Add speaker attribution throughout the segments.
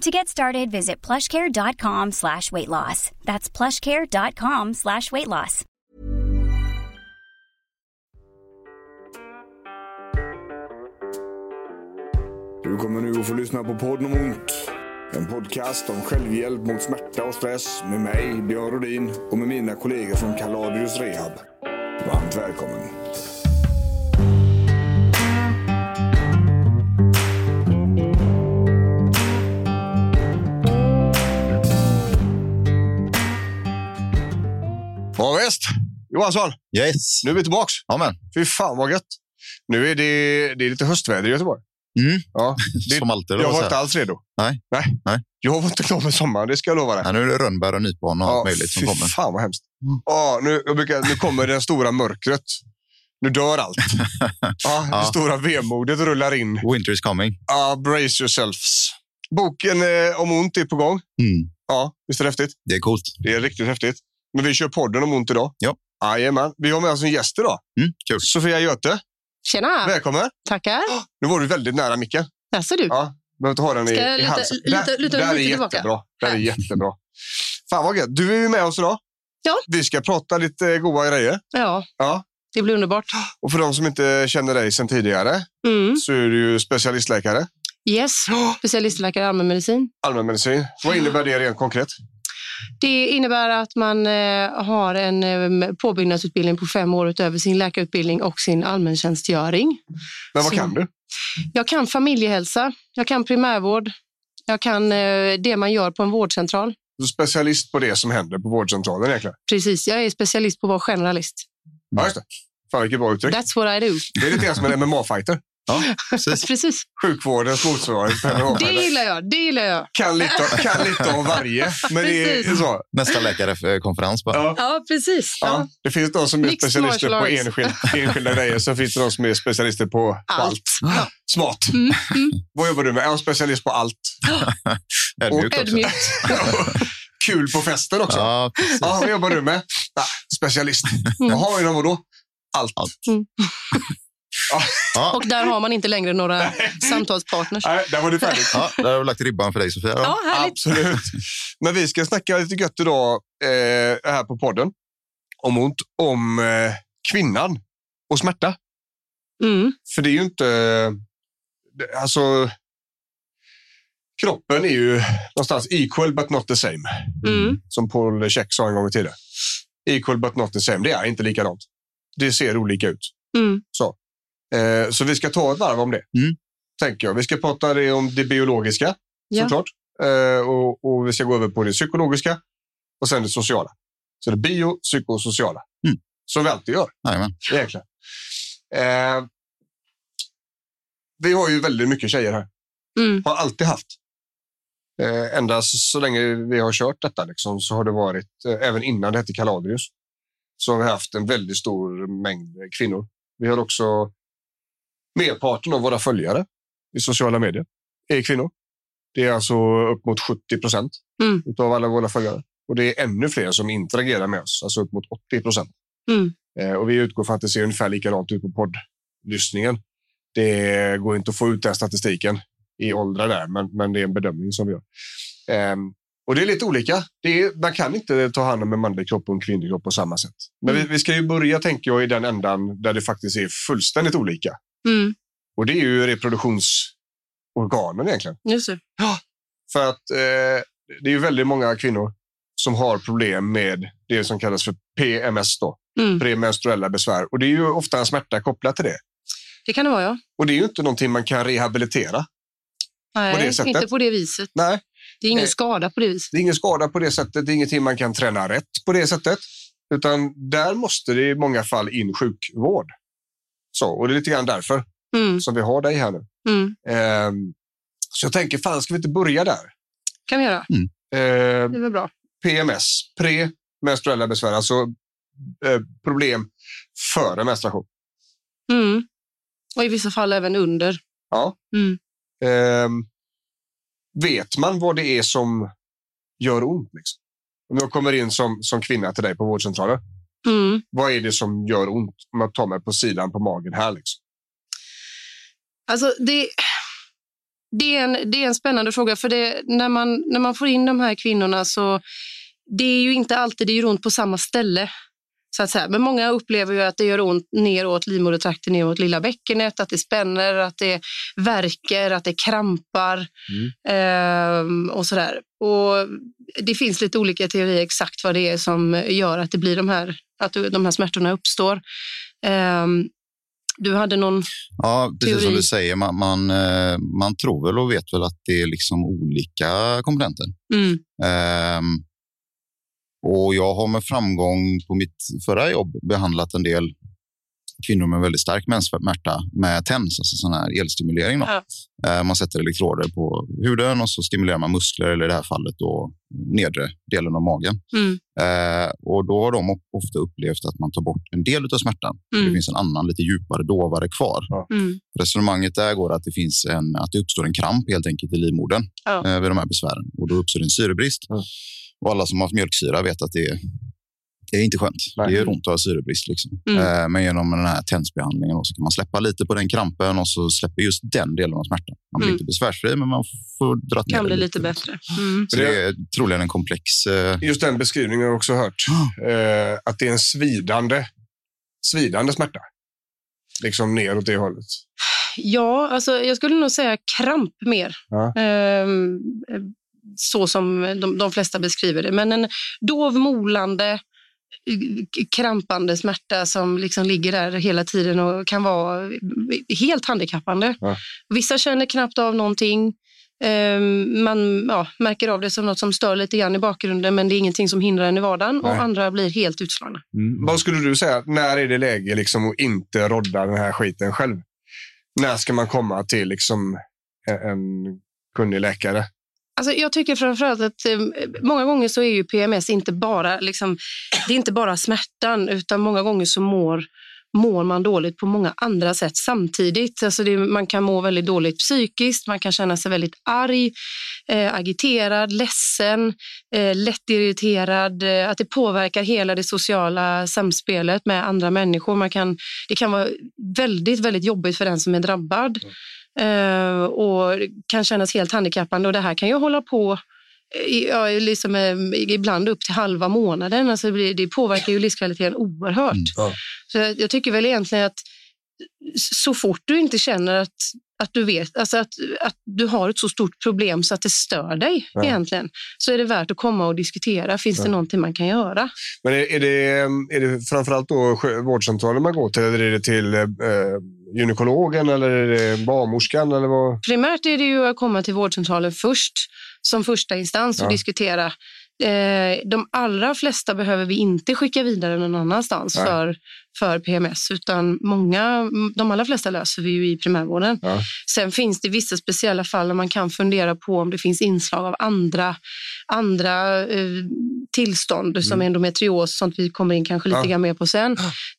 Speaker 1: To get started, visit plushcare.com slash weight loss. That's plushcare.com slash weight loss.
Speaker 2: Du kommer nu att få lyssna på podden om ont. En podcast om självhjälp mot smärta och stress med mig, Björn Rhodin och med mina kollegor från Kaladius Rehab. Varmt välkommen.
Speaker 3: Ja, visst. Johansson,
Speaker 4: Yes.
Speaker 3: nu är vi tillbaks.
Speaker 4: Amen.
Speaker 3: Fy fan vad gött. Nu är det, det är lite höstväder i Göteborg.
Speaker 4: Mm.
Speaker 3: Ja, det,
Speaker 4: Som alltid.
Speaker 3: jag
Speaker 4: då,
Speaker 3: var
Speaker 4: så
Speaker 3: inte
Speaker 4: här.
Speaker 3: alls redo.
Speaker 4: Nej.
Speaker 3: Nej.
Speaker 4: Nej.
Speaker 3: Jag var inte klar med sommaren, det ska jag lova dig.
Speaker 4: ja, nu är det rönnbär och nypon och allt möjligt som
Speaker 3: fy
Speaker 4: kommer.
Speaker 3: fan vad hemskt. Ja, nu, jag brukar, nu kommer det stora mörkret. Nu dör allt. Ja, Det
Speaker 4: Ja.
Speaker 3: stora vemodet rullar in.
Speaker 4: Winter is coming.
Speaker 3: Ja, brace yourselves. Boken eh, om ont är på gång.
Speaker 4: Mm.
Speaker 3: Ja, visst är det häftigt?
Speaker 4: Det är coolt.
Speaker 3: Det är riktigt häftigt. Men vi kör podden om ont idag.
Speaker 4: Ja.
Speaker 3: Jajamän. Vi har med oss en gäst idag.
Speaker 4: Mm. Kul.
Speaker 3: Sofia Göte,
Speaker 5: Tjena!
Speaker 3: välkommen.
Speaker 5: Tackar!
Speaker 3: Nu var du väldigt nära micken.
Speaker 5: Alltså du,
Speaker 3: Ja, Behöver inte ha den i,
Speaker 5: Ska jag
Speaker 3: i
Speaker 5: luta-
Speaker 3: halsen.
Speaker 5: luta-
Speaker 3: Där-
Speaker 5: luta
Speaker 3: där är
Speaker 5: mig tillbaka?
Speaker 3: jättebra. Där är
Speaker 5: Här.
Speaker 3: jättebra. Fan vad gött. Du är ju med oss idag.
Speaker 5: Ja.
Speaker 3: Vi ska prata lite goda grejer.
Speaker 5: ja,
Speaker 3: Ja.
Speaker 5: det blir underbart.
Speaker 3: Och för de som inte känner dig sedan tidigare
Speaker 5: Mm.
Speaker 3: så är du ju specialistläkare,
Speaker 5: Yes, specialistläkare i allmänmedicin.
Speaker 3: allmänmedicin. Vad innebär det rent konkret?
Speaker 5: Det innebär att man eh, har en eh, påbyggnadsutbildning på fem år utöver sin läkarutbildning och sin allmäntjänstgöring.
Speaker 3: Men vad
Speaker 5: Så-
Speaker 3: kan du?
Speaker 5: Jag kan familjehälsa, jag kan primärvård, jag kan eh, det man gör på en vårdcentral.
Speaker 3: Du är specialist på det som händer på vårdcentralen egentligen.
Speaker 5: Precis, jag är specialist på att vara generalist. Mm.
Speaker 3: Ja, just det. Fan vilket bra uttryck.
Speaker 5: That's what I do.
Speaker 3: Det är lite grann som en MMA-fighter.
Speaker 4: Precis.
Speaker 5: Precis,
Speaker 3: Sjukvårdens motsvarighet. på
Speaker 5: det
Speaker 3: MMA-fighter.
Speaker 5: gillar jag. Det gillar jag.
Speaker 3: Kan lite, om- kan lite om varje. Men det är
Speaker 5: Precis.
Speaker 3: så.
Speaker 4: Nästa läkarkonferens bara.
Speaker 3: Ja.
Speaker 5: Ja, precis.
Speaker 3: Ja,
Speaker 5: Ja.
Speaker 3: det finns de som är
Speaker 5: Mixed
Speaker 3: specialister på
Speaker 5: martial arts.
Speaker 3: enskild, enskilda grejer, så finns det de som är specialister på allt.
Speaker 5: Allt. Ja.
Speaker 3: Smart.
Speaker 5: Mm, mm.
Speaker 3: Vad jobbar du med? Jag är specialist på allt.
Speaker 4: Ödmjukt också.
Speaker 5: Ödmjukt.
Speaker 3: Kul på festen också. Ja.
Speaker 4: Ja, precis.
Speaker 3: vad jobbar du med? Ja, specialist. Jaha, inom vadå? Allt.
Speaker 4: Allt.
Speaker 5: Mm.
Speaker 3: ja,
Speaker 4: Ja.
Speaker 5: Och där har man inte längre några samtalspartners.
Speaker 3: nej, där var det färdigt.
Speaker 4: Ja, där har vi lagt ribban för dig, Sofia.
Speaker 5: Ja, härligt.
Speaker 3: Absolut. Men vi ska snacka lite gött idag eh, här på podden. Om ont. Om eh, kvinnan och smärta.
Speaker 5: Mm.
Speaker 3: För det är ju inte... det- Alltså... Kroppen är ju någonstans equal but not the same.
Speaker 5: Mm.
Speaker 3: Som Paul Check sa en gång i tiden. Equal but not the same. Det är inte likadant. Det ser olika ut.
Speaker 5: Mm.
Speaker 3: Eh, så vi ska ta ett varv om det.
Speaker 4: Mm.
Speaker 3: Tänker jag. Vi ska prata det om det biologiska
Speaker 5: Ja.
Speaker 3: såklart. Eh, och, och vi ska gå över på det psykologiska och sen det sociala. Så det bio, psykosociala.
Speaker 4: Mm.
Speaker 3: Som vi alltid gör
Speaker 4: Jajamän.
Speaker 3: egentligen. Eh, vi har ju väldigt mycket tjejer här.
Speaker 5: Mm.
Speaker 3: Har alltid haft. Eh, ända så, så länge vi har kört detta liksom, så har det varit, eh, även innan det hette Kaladrius, så har vi haft en väldigt stor mängd kvinnor. Vi har också merparten av våra följare i sociala medier är kvinnor. Det är alltså upp mot 70 procent
Speaker 5: Mm.
Speaker 3: av alla våra följare. Och det är ännu fler som interagerar med oss, alltså upp mot 80 procent.
Speaker 5: Mm.
Speaker 3: Eh, Och vi utgår från att det ser ungefär likadant ut på poddlyssningen. Det går inte att få ut den statistiken i åldrar där, men, men det är en bedömning som vi gör. Ehm, och det är lite olika. Det är, man kan inte ta hand om en manlig kropp och en kvinnlig kropp på samma sätt. Men vi, vi ska ju börja, tänker jag, i den ändan där det faktiskt är fullständigt olika.
Speaker 5: Mm.
Speaker 3: Och det är ju reproduktionsorganen egentligen.
Speaker 5: Just det.
Speaker 3: För att eh, det är ju väldigt många kvinnor som har problem med det som kallas för PMS, då,
Speaker 5: Mm.
Speaker 3: premenstruella besvär. Och det är ju ofta en smärta kopplat till det.
Speaker 5: Det kan det vara, ja.
Speaker 3: Och det är ju inte någonting man kan rehabilitera.
Speaker 5: Nej,
Speaker 3: det sättet?
Speaker 5: inte på det viset.
Speaker 3: Nej,
Speaker 5: Det är ingen
Speaker 3: Nej.
Speaker 5: skada på det viset.
Speaker 3: det är ingen skada på det sättet. Det är ingenting man kan träna rätt på det sättet. Utan där måste det i många fall in sjukvård. Så, och det är lite grann därför
Speaker 5: Mm,
Speaker 3: som vi har dig här nu.
Speaker 5: mm.
Speaker 3: Ehm, så jag tänker, fan ska vi inte börja där?
Speaker 5: kan vi göra.
Speaker 3: Ehm,
Speaker 5: Det är väl bra.
Speaker 3: PMS, premenstruella besvär, alltså eh, problem före menstruation.
Speaker 5: Mm. Och i vissa fall även under.
Speaker 3: Ja.
Speaker 5: Mm.
Speaker 3: Ehm, vet man vad det är som gör ont? Liksom? Om jag kommer in som, som kvinna till dig på vårdcentralen,
Speaker 5: Mm.
Speaker 3: vad är det som gör ont? Om jag tar mig på sidan på magen här. Liksom.
Speaker 5: Alltså det, det, är en, det är en spännande fråga, för det, när, man, när man får in de här kvinnorna så det är ju inte alltid det gör ont på samma ställe. Så att säga. Men många upplever ju att det gör ont neråt livmodertrakten, neråt lilla bäckenet, att det spänner, att det värker, att det krampar ehm, och sådär. Och det finns lite olika teorier exakt vad det är som gör att det blir de här, att de här smärtorna uppstår. Ehm, du hade någon...
Speaker 4: Ja, precis som
Speaker 5: Teori.
Speaker 4: du säger. Man, man, eh, man tror väl och vet väl att det är liksom olika komponenter.
Speaker 5: Mm.
Speaker 4: Ehm, och jag har med framgång på mitt förra jobb behandlat en del kvinnor med väldigt stark menssmärta med TENS, alltså sån här elstimulering. Då.
Speaker 5: Ja.
Speaker 4: Ehm, Man sätter elektroder på huden och så stimulerar man muskler, eller i det här fallet då nedre delen av magen.
Speaker 5: Mm.
Speaker 4: Ehm, och då har de of- ofta upplevt att man tar bort en del av smärtan. Det
Speaker 5: Mm.
Speaker 4: finns en annan, lite djupare, dovare kvar.
Speaker 5: Mm.
Speaker 4: Resonemanget där går att det, finns en, att det uppstår en kramp helt enkelt i livmodern
Speaker 5: Ja.
Speaker 4: eh, vid de här besvären. Och då uppstår en syrebrist.
Speaker 3: Ja.
Speaker 4: Och alla som har haft mjölksyra vet att det är, det är inte skönt.
Speaker 3: Nej.
Speaker 4: Det gör ont att ha syrebrist. Liksom.
Speaker 5: Mm.
Speaker 4: Eh, men genom den här tensbehandlingen då så kan man släppa lite på den krampen och så släpper just den delen av smärtan. Man blir
Speaker 5: Mm.
Speaker 4: inte besvärsfri, men man får dra ner
Speaker 5: kan
Speaker 4: det
Speaker 5: bli lite bättre. Mm.
Speaker 4: Så det är troligen en komplex... Eh,
Speaker 3: Just den beskrivningen har jag också hört. Eh, att det är en svidande, svidande smärta. Liksom ner åt det hållet.
Speaker 5: Ja, alltså, jag skulle nog säga kramp mer.
Speaker 3: Ja.
Speaker 5: Ehm, eh, så som de, de flesta beskriver det. Men en dov, molande, eh, k- krampande smärta som liksom ligger där hela tiden och kan vara helt handikappande.
Speaker 3: Ja.
Speaker 5: Vissa känner knappt av någonting. Ehm, Man ja, märker av det som något som stör lite grann i bakgrunden men det är ingenting som hindrar en i vardagen
Speaker 3: Nej.
Speaker 5: och andra blir helt utslagna.
Speaker 3: Vad skulle du säga, när är det läge liksom att inte rodda den här skiten själv? När ska man komma till liksom en- en kunnig läkare?
Speaker 5: Alltså jag tycker framförallt att eh, många gånger så är ju PMS inte bara, liksom, det är inte bara smärtan, utan många gånger så mår, mår man dåligt på många andra sätt samtidigt. Alltså det, man kan må väldigt dåligt psykiskt, man kan känna sig väldigt arg, eh, agiterad, ledsen, eh, lätt irriterad. Eh, att det påverkar hela det sociala samspelet med andra människor. Man kan, det kan vara väldigt, väldigt jobbigt för den som är drabbad. Eh, och kan kännas helt handikappande. Och det här kan ju hålla på i, ja, liksom, eh, ibland upp till halva månaden. Alltså det, blir- det påverkar ju livskvaliteten oerhört.
Speaker 4: Mm,
Speaker 3: ja.
Speaker 5: Så jag, jag tycker väl egentligen att s- så fort du inte känner att, att du vet alltså att, att du har ett så stort problem så att det stör dig
Speaker 3: Ja.
Speaker 5: egentligen, så är det värt att komma och diskutera. Finns
Speaker 3: Ja.
Speaker 5: det någonting man kan göra?
Speaker 3: Men är, är, det, är det framförallt då sjö- vårdcentralen man går till eller är det till eh, gynekologen eller är det barnmorskan? Eller vad?
Speaker 5: Primärt är det ju att komma till vårdcentralen först, som första instans och
Speaker 3: Ja.
Speaker 5: diskutera. Eh, De allra flesta behöver vi inte skicka vidare någon annanstans
Speaker 3: Nej.
Speaker 5: för, för PMS, utan många, de allra flesta löser vi ju i primärvården.
Speaker 3: Ja.
Speaker 5: Sen finns det vissa speciella fall där man kan fundera på om det finns inslag av andra, andra eh, tillstånd som
Speaker 3: Mm.
Speaker 5: endometrios, sånt vi kommer in kanske lite
Speaker 3: Ja.
Speaker 5: grann mer på sen,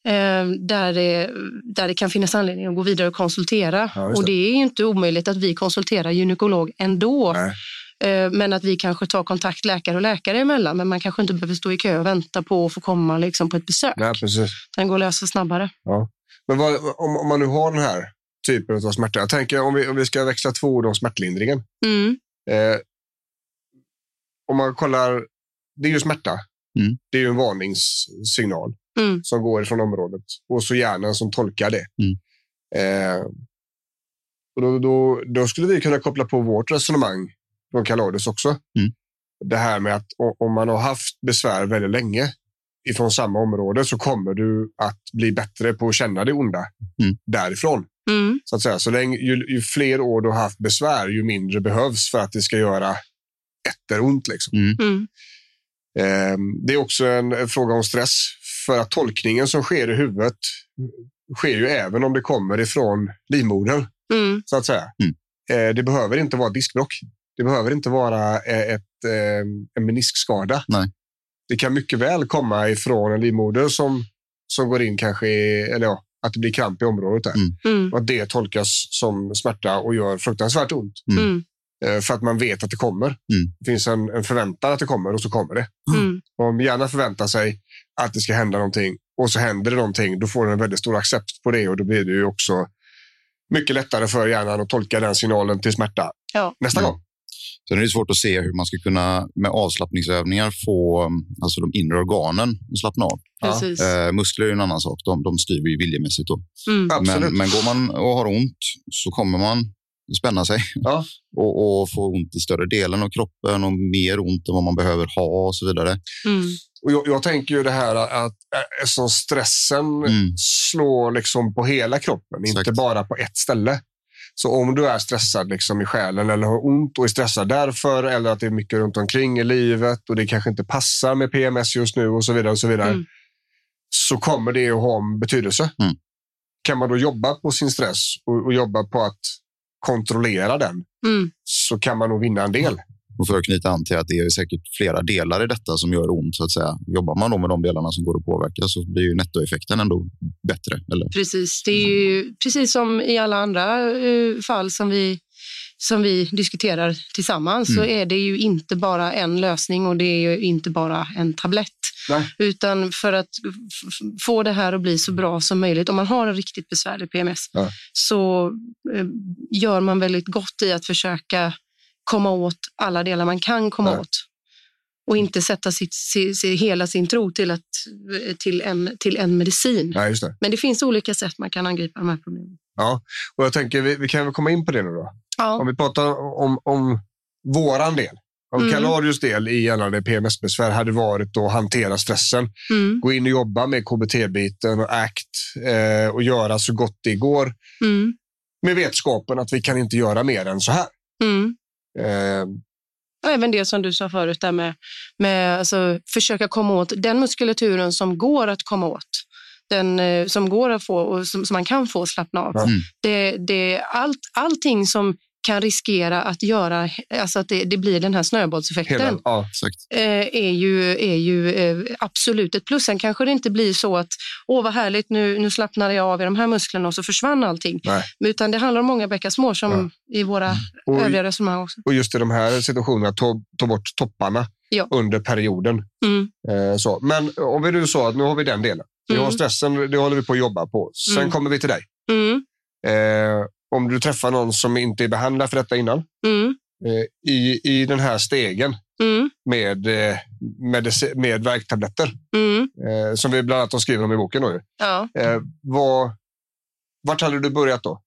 Speaker 5: eh, där, det, där det kan finnas anledning att gå vidare och konsultera.
Speaker 3: Ja, just
Speaker 5: och
Speaker 3: det.
Speaker 5: det är ju inte omöjligt att vi konsulterar gynekolog ändå,
Speaker 3: Nej.
Speaker 5: eh, men att vi kanske tar kontakt läkare och läkare emellan, men man kanske inte behöver stå i kö och vänta på att få komma liksom, på ett besök.
Speaker 3: Nej, precis.
Speaker 5: Den går att lösa snabbare.
Speaker 3: Men vad, om, om man nu har den här typen av smärta. Jag tänker om vi, om vi ska växla två ord om smärtlindringen.
Speaker 5: Mm.
Speaker 3: Eh, om man kollar, det är ju smärta.
Speaker 4: Mm.
Speaker 3: Det är ju en varningssignal
Speaker 5: Mm.
Speaker 3: som går ifrån området och så hjärnan som tolkar det.
Speaker 4: Mm.
Speaker 3: Eh,
Speaker 4: Mm.
Speaker 3: och då, då, då skulle vi kunna koppla på vårt resonemang från Kalades också. det här med att o- om man har haft besvär väldigt länge ifrån samma område så kommer du att bli bättre på att känna det onda
Speaker 4: Mm.
Speaker 3: därifrån.
Speaker 5: Mm.
Speaker 3: Så att säga. Så länge, ju, ju fler år du har haft besvär, ju mindre behövs för att det ska göra etteront. Liksom.
Speaker 5: Mm.
Speaker 3: Ehm, Det är också en en fråga om stress. För att tolkningen som sker i huvudet sker ju även om det kommer ifrån livmodern,
Speaker 5: Mm.
Speaker 3: så att säga.
Speaker 4: Mm.
Speaker 3: Eh, Det behöver inte vara ett diskbråck. Det behöver inte vara eh, ett, eh, en meniskskada.
Speaker 4: Nej.
Speaker 3: Det kan mycket väl komma ifrån en livmoder som, som går in kanske i, eller ja, att det blir kramp i området där.
Speaker 4: Mm.
Speaker 5: Mm.
Speaker 3: Och att det tolkas som smärta och gör fruktansvärt ont.
Speaker 4: Mm.
Speaker 5: Mm.
Speaker 3: Eh, För att man vet att det kommer. Det finns en, en förväntan att det kommer och så kommer det.
Speaker 5: Mm.
Speaker 3: Om hjärnan förväntar sig att det ska hända någonting och så händer det någonting, då får den en väldigt stor accept på det och då blir det ju också mycket lättare för hjärnan att tolka den signalen till smärta
Speaker 5: Ja.
Speaker 3: nästa
Speaker 4: Mm.
Speaker 3: gång.
Speaker 4: Sen är det svårt att se hur man ska kunna med avslappningsövningar få mm, alltså de inre organen att slappna av.
Speaker 5: Precis.
Speaker 4: Eh, muskler är ju en annan sak. De, de styr vi ju viljemässigt. Då.
Speaker 5: Mm.
Speaker 3: Absolut.
Speaker 4: Men, men går man och har ont så kommer man spänna sig
Speaker 3: Ja.
Speaker 4: och, och få ont i större delen av kroppen och mer ont än vad man behöver ha och så vidare.
Speaker 5: Mm.
Speaker 3: Och jag, jag tänker ju det här att äh, som stressen
Speaker 4: Mm.
Speaker 3: slår liksom på hela kroppen, inte
Speaker 4: Exakt.
Speaker 3: bara på ett ställe. Så om du är stressad liksom i själen eller har ont och är stressad därför eller att det är mycket runt omkring i livet och det kanske inte passar med PMS just nu och så vidare och så vidare.
Speaker 5: Mm.
Speaker 3: Så kommer det att ha en betydelse.
Speaker 4: Mm.
Speaker 3: Kan man då jobba på sin stress och, och jobba på att kontrollera den
Speaker 5: Mm.
Speaker 3: så kan man nog vinna en
Speaker 4: Mm.
Speaker 3: del.
Speaker 4: Och för att knyta an till att det är säkert flera delar i detta som gör ont. så att säga. Jobbar man då med de delarna som går att påverka så blir ju nettoeffekten ändå bättre. Eller?
Speaker 5: Precis. Det är ju precis som i alla andra eh, fall som vi, som vi diskuterar tillsammans så
Speaker 3: Mm.
Speaker 5: är det ju inte bara en lösning och det är ju inte bara en tablett.
Speaker 3: Nej.
Speaker 5: Utan för att f- f- få det här att bli så bra som möjligt, om man har en riktigt besvärlig PMS,
Speaker 3: Ja.
Speaker 5: så eh, gör man väldigt gott i att försöka komma åt alla delar man kan komma
Speaker 3: Ja.
Speaker 5: åt. Och inte sätta sitt, si, si, hela sin tro till, att, eh, till, en, till en medicin.
Speaker 3: Ja, just det.
Speaker 5: Men det finns olika sätt man kan angripa de här problemen.
Speaker 3: Och jag tänker, vi, vi kan väl komma in på det nu då?
Speaker 5: Ja,
Speaker 3: Om vi pratar om, om våran del, om
Speaker 5: Mm.
Speaker 3: Kalarius del i gällande PMS-besvär hade varit att hantera stressen,
Speaker 5: mm,
Speaker 3: gå in och jobba med KBT-biten och ACT eh, och göra så gott det går
Speaker 5: mm,
Speaker 3: med vetskapen att vi kan inte göra mer än så här.
Speaker 5: mm.
Speaker 3: Eh,
Speaker 5: Och även det som du sa förut, där med, med alltså, försöka komma åt den muskulaturen som går att komma åt. Den eh, som går att få och som, som man kan få slappna av.
Speaker 3: Ja.
Speaker 4: Mm.
Speaker 5: Det, det, allt, allting som kan riskera att göra, alltså att det, det blir den här snöbollseffekten.
Speaker 3: hela, ja.
Speaker 4: Exakt.
Speaker 5: eh, är ju, är ju eh, absolut ett plus. Sen kanske det inte blir så att åh vad härligt, nu, nu slappnade jag av i de här musklerna och så försvann allting.
Speaker 3: Nej. Mm.
Speaker 5: Utan det handlar om många bäckar små som i våra
Speaker 3: och,
Speaker 5: övriga resonemang också.
Speaker 3: och just i de här situationerna, ta, ta bort topparna
Speaker 5: Ja.
Speaker 3: under perioden.
Speaker 5: Mm,
Speaker 3: Eh, så. Men om vi nu sa att nu har vi den delen. Vi har
Speaker 5: Mm.
Speaker 3: stressen, det håller vi på att jobba på. Sen
Speaker 5: Mm.
Speaker 3: kommer vi till dig.
Speaker 5: mm,
Speaker 3: Eh, om du träffar någon som inte är behandlad för detta innan,
Speaker 5: mm,
Speaker 3: eh, i, i den här stegen
Speaker 5: mm,
Speaker 3: med, eh, med, med värktabletter
Speaker 5: mm.
Speaker 3: eh, som vi bland annat skriver om i boken. Då, ju.
Speaker 5: Ja.
Speaker 3: eh, vad, vart hade du börjat då?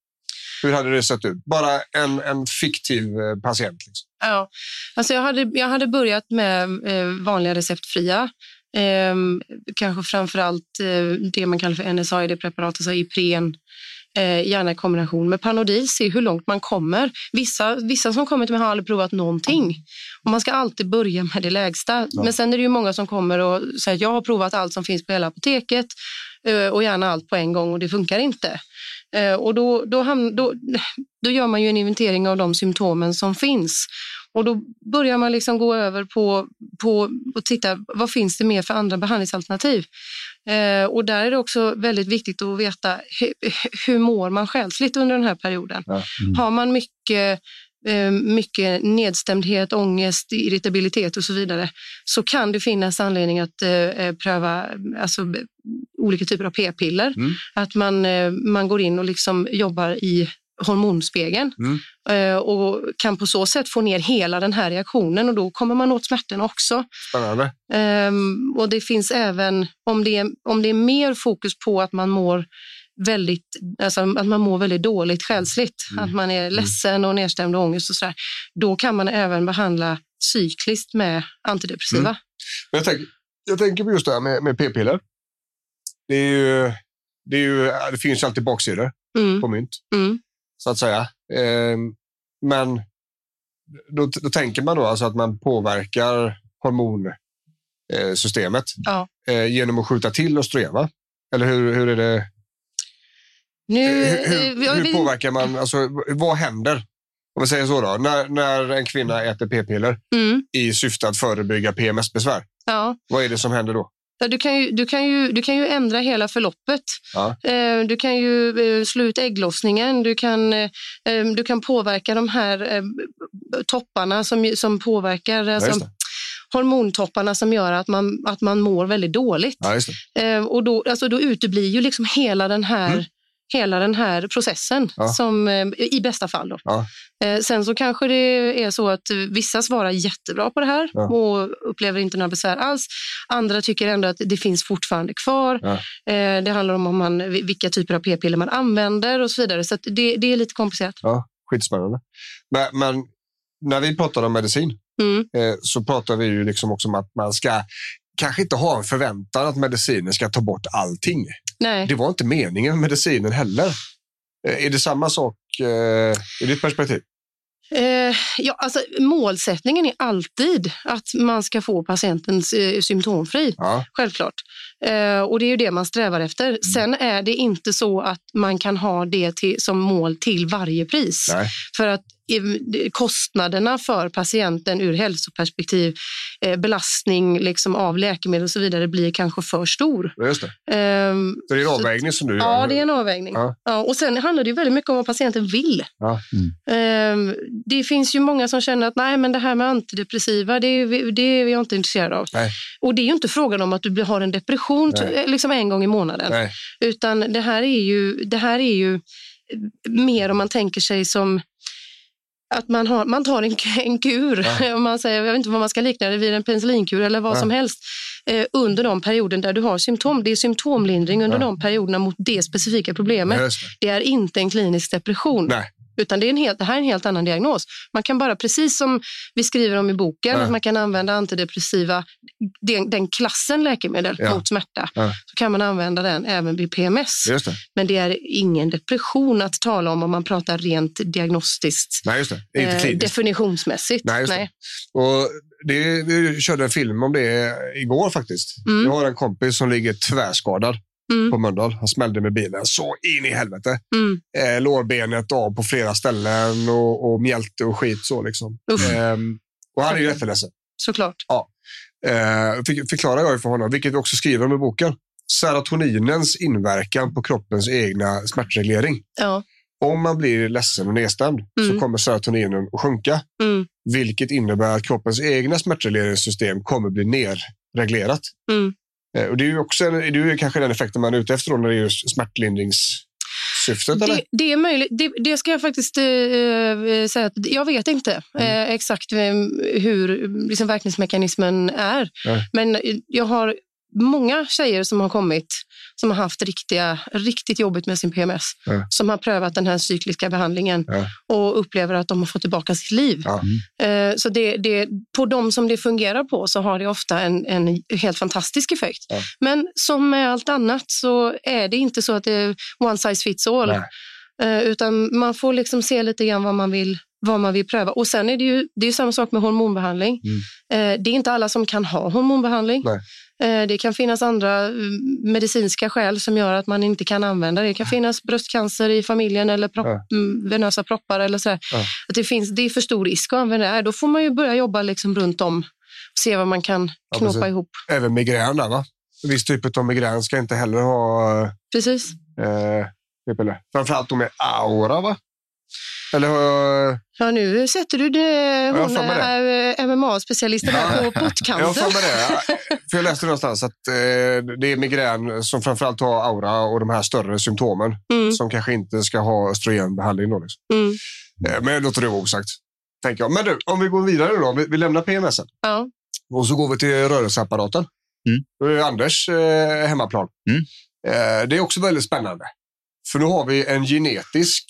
Speaker 3: Hur hade det sett ut? Bara en, en fiktiv eh, patient. Liksom.
Speaker 5: Ja. Alltså jag, hade, jag hade börjat med eh, vanliga receptfria. Ehm, kanske framför allt eh, det man kallar för NSAID-preparat, alltså Ipren. Eh, gärna i kombination med Panodil, se hur långt man kommer. Vissa, vissa som kommer till mig har aldrig provat någonting. Och man ska alltid börja med det lägsta.
Speaker 3: Ja.
Speaker 5: Men sen är det ju många som kommer och säger att jag har provat allt som finns på hela apoteket eh, och gärna allt på en gång och det funkar inte. Eh, Och då, då, hamn, då, då gör man ju en inventering av de symptomen som finns. Och då börjar man liksom gå över på, på och titta vad finns det mer för andra behandlingsalternativ. Eh, och där är det också väldigt viktigt att veta hur, hur mår man själsligt under den här perioden.
Speaker 3: Ja.
Speaker 4: Mm.
Speaker 5: Har man mycket, eh, mycket nedstämdhet, ångest, irritabilitet och så vidare så kan det finnas anledning att eh, eh, pröva alltså, b- olika typer av p-piller.
Speaker 3: Mm.
Speaker 5: Att man, eh, man går in och liksom jobbar i hormonspegeln
Speaker 3: Mm.
Speaker 5: eh, och kan på så sätt få ner hela den här reaktionen och då kommer man åt smärtan också.
Speaker 3: Spännande.
Speaker 5: Ehm, och det finns även, om det, är, om det är mer fokus på att man mår väldigt, alltså att man mår väldigt dåligt själsligt,
Speaker 3: Mm.
Speaker 5: att man är ledsen och nedstämd och ångest och sådär, då kan man även behandla cykliskt med antidepressiva.
Speaker 3: Men jag, tänker, jag tänker på just det här med, med p-piller. Det, är ju, det, är ju, det finns ju alltid baksidor
Speaker 5: Mm.
Speaker 3: på mynt,
Speaker 5: Mm.
Speaker 3: så att säga. Ehm, men då, då tänker man då alltså att man påverkar hormonsystemet
Speaker 5: Ja.
Speaker 3: eh, genom att skjuta till östrogen, va? Eller hur, hur är det?
Speaker 5: Nu,
Speaker 3: Hur,
Speaker 5: eh, vi-
Speaker 3: hur, hur
Speaker 5: vi-
Speaker 3: påverkar man? Alltså, vad händer? Om vi säger så då, när, när en kvinna äter p-piller
Speaker 5: Mm.
Speaker 3: i syfte att förebygga PMS-besvär,
Speaker 5: Ja.
Speaker 3: vad är det som händer då?
Speaker 5: Ja, du, kan ju, du, kan ju, du kan ju ändra hela förloppet.
Speaker 3: Ja.
Speaker 5: Eh, Du kan ju eh, slå ut ägglossningen. Du kan, eh, eh, du kan påverka de här eh, topparna som, ju- som påverkar eh,
Speaker 3: Ja, just
Speaker 5: som,
Speaker 3: det.
Speaker 5: hormontopparna som gör att man, att man mår väldigt dåligt.
Speaker 3: Ja, just det.
Speaker 5: Eh, Och då, alltså då uteblir ju liksom hela den här Hela den här processen,
Speaker 3: Mm. Ja.
Speaker 5: som, eh, i bästa fall. Då.
Speaker 3: Ja.
Speaker 5: Eh, Sen så kanske det är så att eh, vissa svarar jättebra på det här
Speaker 3: Ja.
Speaker 5: och upplever inte några besvär alls. Andra tycker ändå att det finns fortfarande kvar.
Speaker 3: Ja.
Speaker 5: Eh, Det handlar om, om man, vi- vilka typer av p-piller man använder och så vidare. Så att det, det är lite komplicerat.
Speaker 3: skitspännande. Men, men när vi pratar om medicin
Speaker 5: Mm.
Speaker 3: eh, så pratar vi ju liksom också om att man ska kanske inte ha en förväntan att medicinen ska ta bort allting.
Speaker 5: Nej.
Speaker 3: Det var inte meningen med medicinen heller. Eh, är det samma sak eh, i ditt perspektiv?
Speaker 5: Eh, ja, alltså, målsättningen är alltid att man ska få patienten eh, symptomfri.
Speaker 3: Ja,
Speaker 5: Självklart. Eh, och det är ju det man strävar efter.
Speaker 3: Mm.
Speaker 5: Sen är det inte så att man kan ha det till, som mål till varje pris.
Speaker 3: Nej.
Speaker 5: För att eh, kostnaderna för patienten ur hälsoperspektiv, eh, belastning liksom av läkemedel och så vidare blir kanske för stor.
Speaker 3: just det.
Speaker 5: Ehm,
Speaker 3: Så det är en
Speaker 5: Så-
Speaker 3: avvägning som du
Speaker 5: Ja,
Speaker 3: gör.
Speaker 5: det är en avvägning.
Speaker 3: Ja.
Speaker 5: Ja. och sen handlar det ju väldigt mycket om vad patienten vill.
Speaker 3: Ja.
Speaker 4: Mm.
Speaker 5: Ehm, det finns ju många som känner att nej, men det här med antidepressiva, det är, det är jag inte intresserad av.
Speaker 3: Nej.
Speaker 5: Och det är ju inte frågan om att du blir- har en depression
Speaker 3: Nej.
Speaker 5: eh, liksom en gång i månaden.
Speaker 3: Nej.
Speaker 5: Utan det här är ju, det här är ju mer om man tänker sig som att man, har, man tar en, k- en kur,
Speaker 3: Ja.
Speaker 5: om man säger, jag vet inte vad man ska likna det vid, en penicillinkur eller vad
Speaker 3: Ja.
Speaker 5: som helst, eh, under de perioden där du har symptom. Det är symptomlindring under
Speaker 3: Ja.
Speaker 5: de perioderna mot det specifika problemet.
Speaker 3: Just det.
Speaker 5: Det är inte en klinisk depression.
Speaker 3: Nej.
Speaker 5: Utan det, är en helt, det här är en helt annan diagnos. Man kan bara, precis som vi skriver om i boken,
Speaker 3: Ja.
Speaker 5: att man kan använda antidepressiva, den, den klassen läkemedel
Speaker 3: Ja.
Speaker 5: mot smärta,
Speaker 3: Ja.
Speaker 5: så kan man använda den även vid PMS.
Speaker 3: Just det.
Speaker 5: Men det är ingen depression att tala om om man pratar rent diagnostiskt,
Speaker 3: Nej, just det. Det är inte
Speaker 5: eh,
Speaker 3: kliniskt.
Speaker 5: definitionsmässigt.
Speaker 3: Nej, just det. Och det, vi körde en film om det igår faktiskt.
Speaker 5: Mm.
Speaker 3: Jag har en kompis som ligger tvärskadad
Speaker 5: Mm.
Speaker 3: på Mölndal. Han smällde med bilen så in i helvete.
Speaker 5: Mm.
Speaker 3: Eh, lårbenet av på flera ställen och, och mjälte och skit. så liksom.
Speaker 5: Uff,
Speaker 3: Ehm, och han är ju jätteledsen.
Speaker 5: Såklart.
Speaker 3: Eh, fick- förklarar jag ju för honom, vilket vi också skriver om i boken. Serotoninens inverkan på kroppens egna smärtreglering.
Speaker 5: Ja.
Speaker 3: Om man blir ledsen och nedstämd så
Speaker 5: Mm.
Speaker 3: kommer serotoninen att sjunka.
Speaker 5: Mm.
Speaker 3: Vilket innebär att kroppens egna smärtregleringssystem kommer bli nerreglerat.
Speaker 5: Mm.
Speaker 3: Eh, Och det är ju också det är ju kanske den effekten man är ute efter då, när det är just smärtlindringssyftet. eller?
Speaker 5: Det, det är möjligt. Det, det ska jag faktiskt eh, eh, säga att jag vet inte
Speaker 3: Mm.
Speaker 5: eh, exakt vem, hur liksom, verkningsmekanismen är.
Speaker 3: Nej.
Speaker 5: Men eh, jag har många tjejer som har kommit som har haft riktiga, riktigt jobbigt med sin PMS,
Speaker 3: Ja.
Speaker 5: som har prövat den här cykliska behandlingen
Speaker 3: Ja.
Speaker 5: och upplever att de har fått tillbaka sitt liv.
Speaker 3: Ja.
Speaker 5: Eh, Så det, det, på dem som det fungerar på så har det ofta en, en helt fantastisk effekt.
Speaker 3: Ja.
Speaker 5: Men som med allt annat så är det inte så att det är one size fits all.
Speaker 3: Nej.
Speaker 5: Eh, Utan man får liksom se lite grann vad man vill, vad man vill pröva. Och sen är det ju det är ju samma sak med hormonbehandling. Eh, Det är inte alla som kan ha hormonbehandling.
Speaker 3: Mm. Nej.
Speaker 5: Eh, Det kan finnas andra mm, medicinska skäl som gör att man inte kan använda det. Det kan finnas bröstcancer i familjen eller propp, mm, venösa proppar eller så.
Speaker 3: Ja.
Speaker 5: Att det, finns, det är för stor risk att använda det här. Då får man ju börja jobba liksom runt om och se vad man kan
Speaker 3: Ja,
Speaker 5: knåpa
Speaker 3: precis.
Speaker 5: ihop.
Speaker 3: Även migrän där va? En viss typ av migrän ska inte heller ha
Speaker 5: Precis.
Speaker 3: eh, p-piller. Framförallt om det är aura va? Eller eh, har jag...
Speaker 5: Ja, nu sätter du eh, det,
Speaker 3: jag
Speaker 5: hon
Speaker 3: får med
Speaker 5: är MMA-specialisten där på
Speaker 3: Jag har
Speaker 5: pottkanten.
Speaker 3: för mig det. För jag läste någonstans att eh, det är migrän som framförallt har aura och de här större symptomen
Speaker 5: Mm,
Speaker 3: som kanske inte ska ha östrogenbehandling. Då, liksom.
Speaker 5: mm,
Speaker 3: Eh, Men jag låter det vara osagt. Tänker jag. Men du, om vi går vidare då. Vi, vi lämnar PMSen
Speaker 5: ja.
Speaker 3: och så går vi till rörelseapparaten.
Speaker 4: Mm.
Speaker 3: Då är Anders eh, hemmaplan.
Speaker 4: Mm.
Speaker 3: Eh, det är också väldigt spännande. För nu har vi en genetisk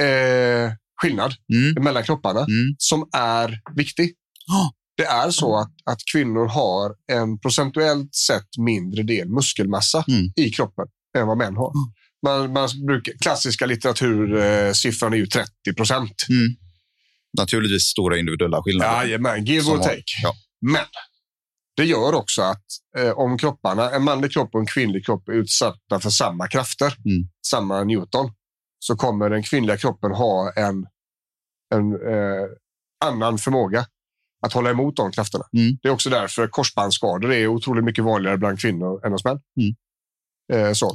Speaker 3: eh, skillnad
Speaker 4: Mm.
Speaker 3: mellan kropparna
Speaker 4: Mm.
Speaker 3: som är viktig.
Speaker 4: Ja. Mm.
Speaker 3: det är så att, att kvinnor har en procentuellt sett mindre del muskelmassa
Speaker 4: Mm.
Speaker 3: i kroppen än vad män har. Man, man brukar, klassiska litteratursiffran är ju 30 procent.
Speaker 4: Naturligtvis stora individuella skillnader.
Speaker 3: Jajamän, give
Speaker 4: Som
Speaker 3: or
Speaker 4: har-
Speaker 3: take.
Speaker 4: Ja.
Speaker 3: Men det gör också att eh, om kropparna, en manlig kropp och en kvinnlig kropp är utsatta för samma krafter,
Speaker 4: Mm.
Speaker 3: samma Newton, så kommer den kvinnliga kroppen ha en, en eh, annan förmåga att hålla emot de krafterna.
Speaker 4: Mm.
Speaker 3: Det är också därför korsbandsskador är otroligt mycket vanligare bland kvinnor än hos män.
Speaker 4: Mm.
Speaker 3: Eh, så.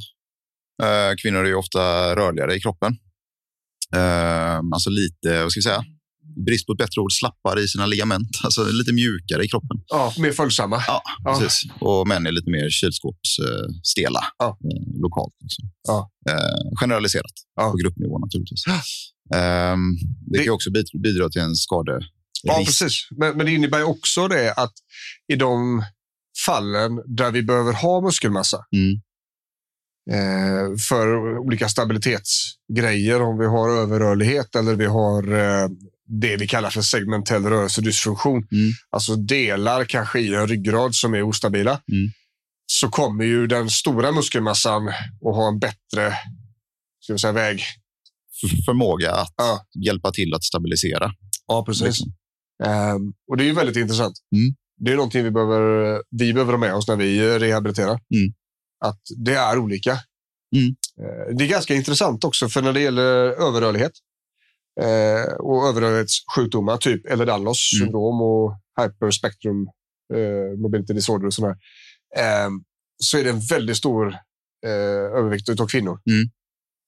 Speaker 4: Eh, Kvinnor är ju ofta rörligare i kroppen. Eh, Alltså lite, vad ska vi säga? Brist på ett bättre ord, slappare i sina ligament. Alltså lite mjukare i kroppen.
Speaker 3: Ja, mer följsamma.
Speaker 4: Ja, Precis. Och män är lite mer kylskåpsstela
Speaker 3: Ja.
Speaker 4: eh, lokalt. Liksom.
Speaker 3: Ja.
Speaker 4: Eh, generaliserat
Speaker 3: Ja.
Speaker 4: på gruppnivå naturligtvis. Ehm, det kan ju också bid- bidra till en skade.
Speaker 3: Ja,
Speaker 4: risk.
Speaker 3: precis. Men, men det innebär ju också det att i de fallen där vi behöver ha muskelmassa
Speaker 4: Mm.
Speaker 3: eh, för olika stabilitetsgrejer, om vi har överrörlighet eller vi har eh, det vi kallar för segmentell rörelsedysfunktion,
Speaker 4: Mm.
Speaker 3: alltså delar kanske i en ryggrad som är ostabila,
Speaker 4: Mm.
Speaker 3: så kommer ju den stora muskelmassan att ha en bättre ska vi säga, väg.
Speaker 4: F- Förmåga att
Speaker 3: Ja.
Speaker 4: hjälpa till att stabilisera.
Speaker 3: Ja,
Speaker 4: Liksom.
Speaker 3: Ehm, och det är ju väldigt intressant.
Speaker 4: Mm.
Speaker 3: Det är någonting vi behöver, vi behöver ha med oss när vi rehabiliterar.
Speaker 4: Mm.
Speaker 3: Att det är olika.
Speaker 4: Mm.
Speaker 3: Eh, det är ganska intressant också, för när det gäller överrörlighet eh, och överrörlighetssjukdomar, typ Ehlers-Danlos
Speaker 4: Mm.
Speaker 3: syndrom och hyperspektrum eh, mobility disorder och sådär, ehm, så är det en väldigt stor eh, övervikt av kvinnor
Speaker 4: Mm.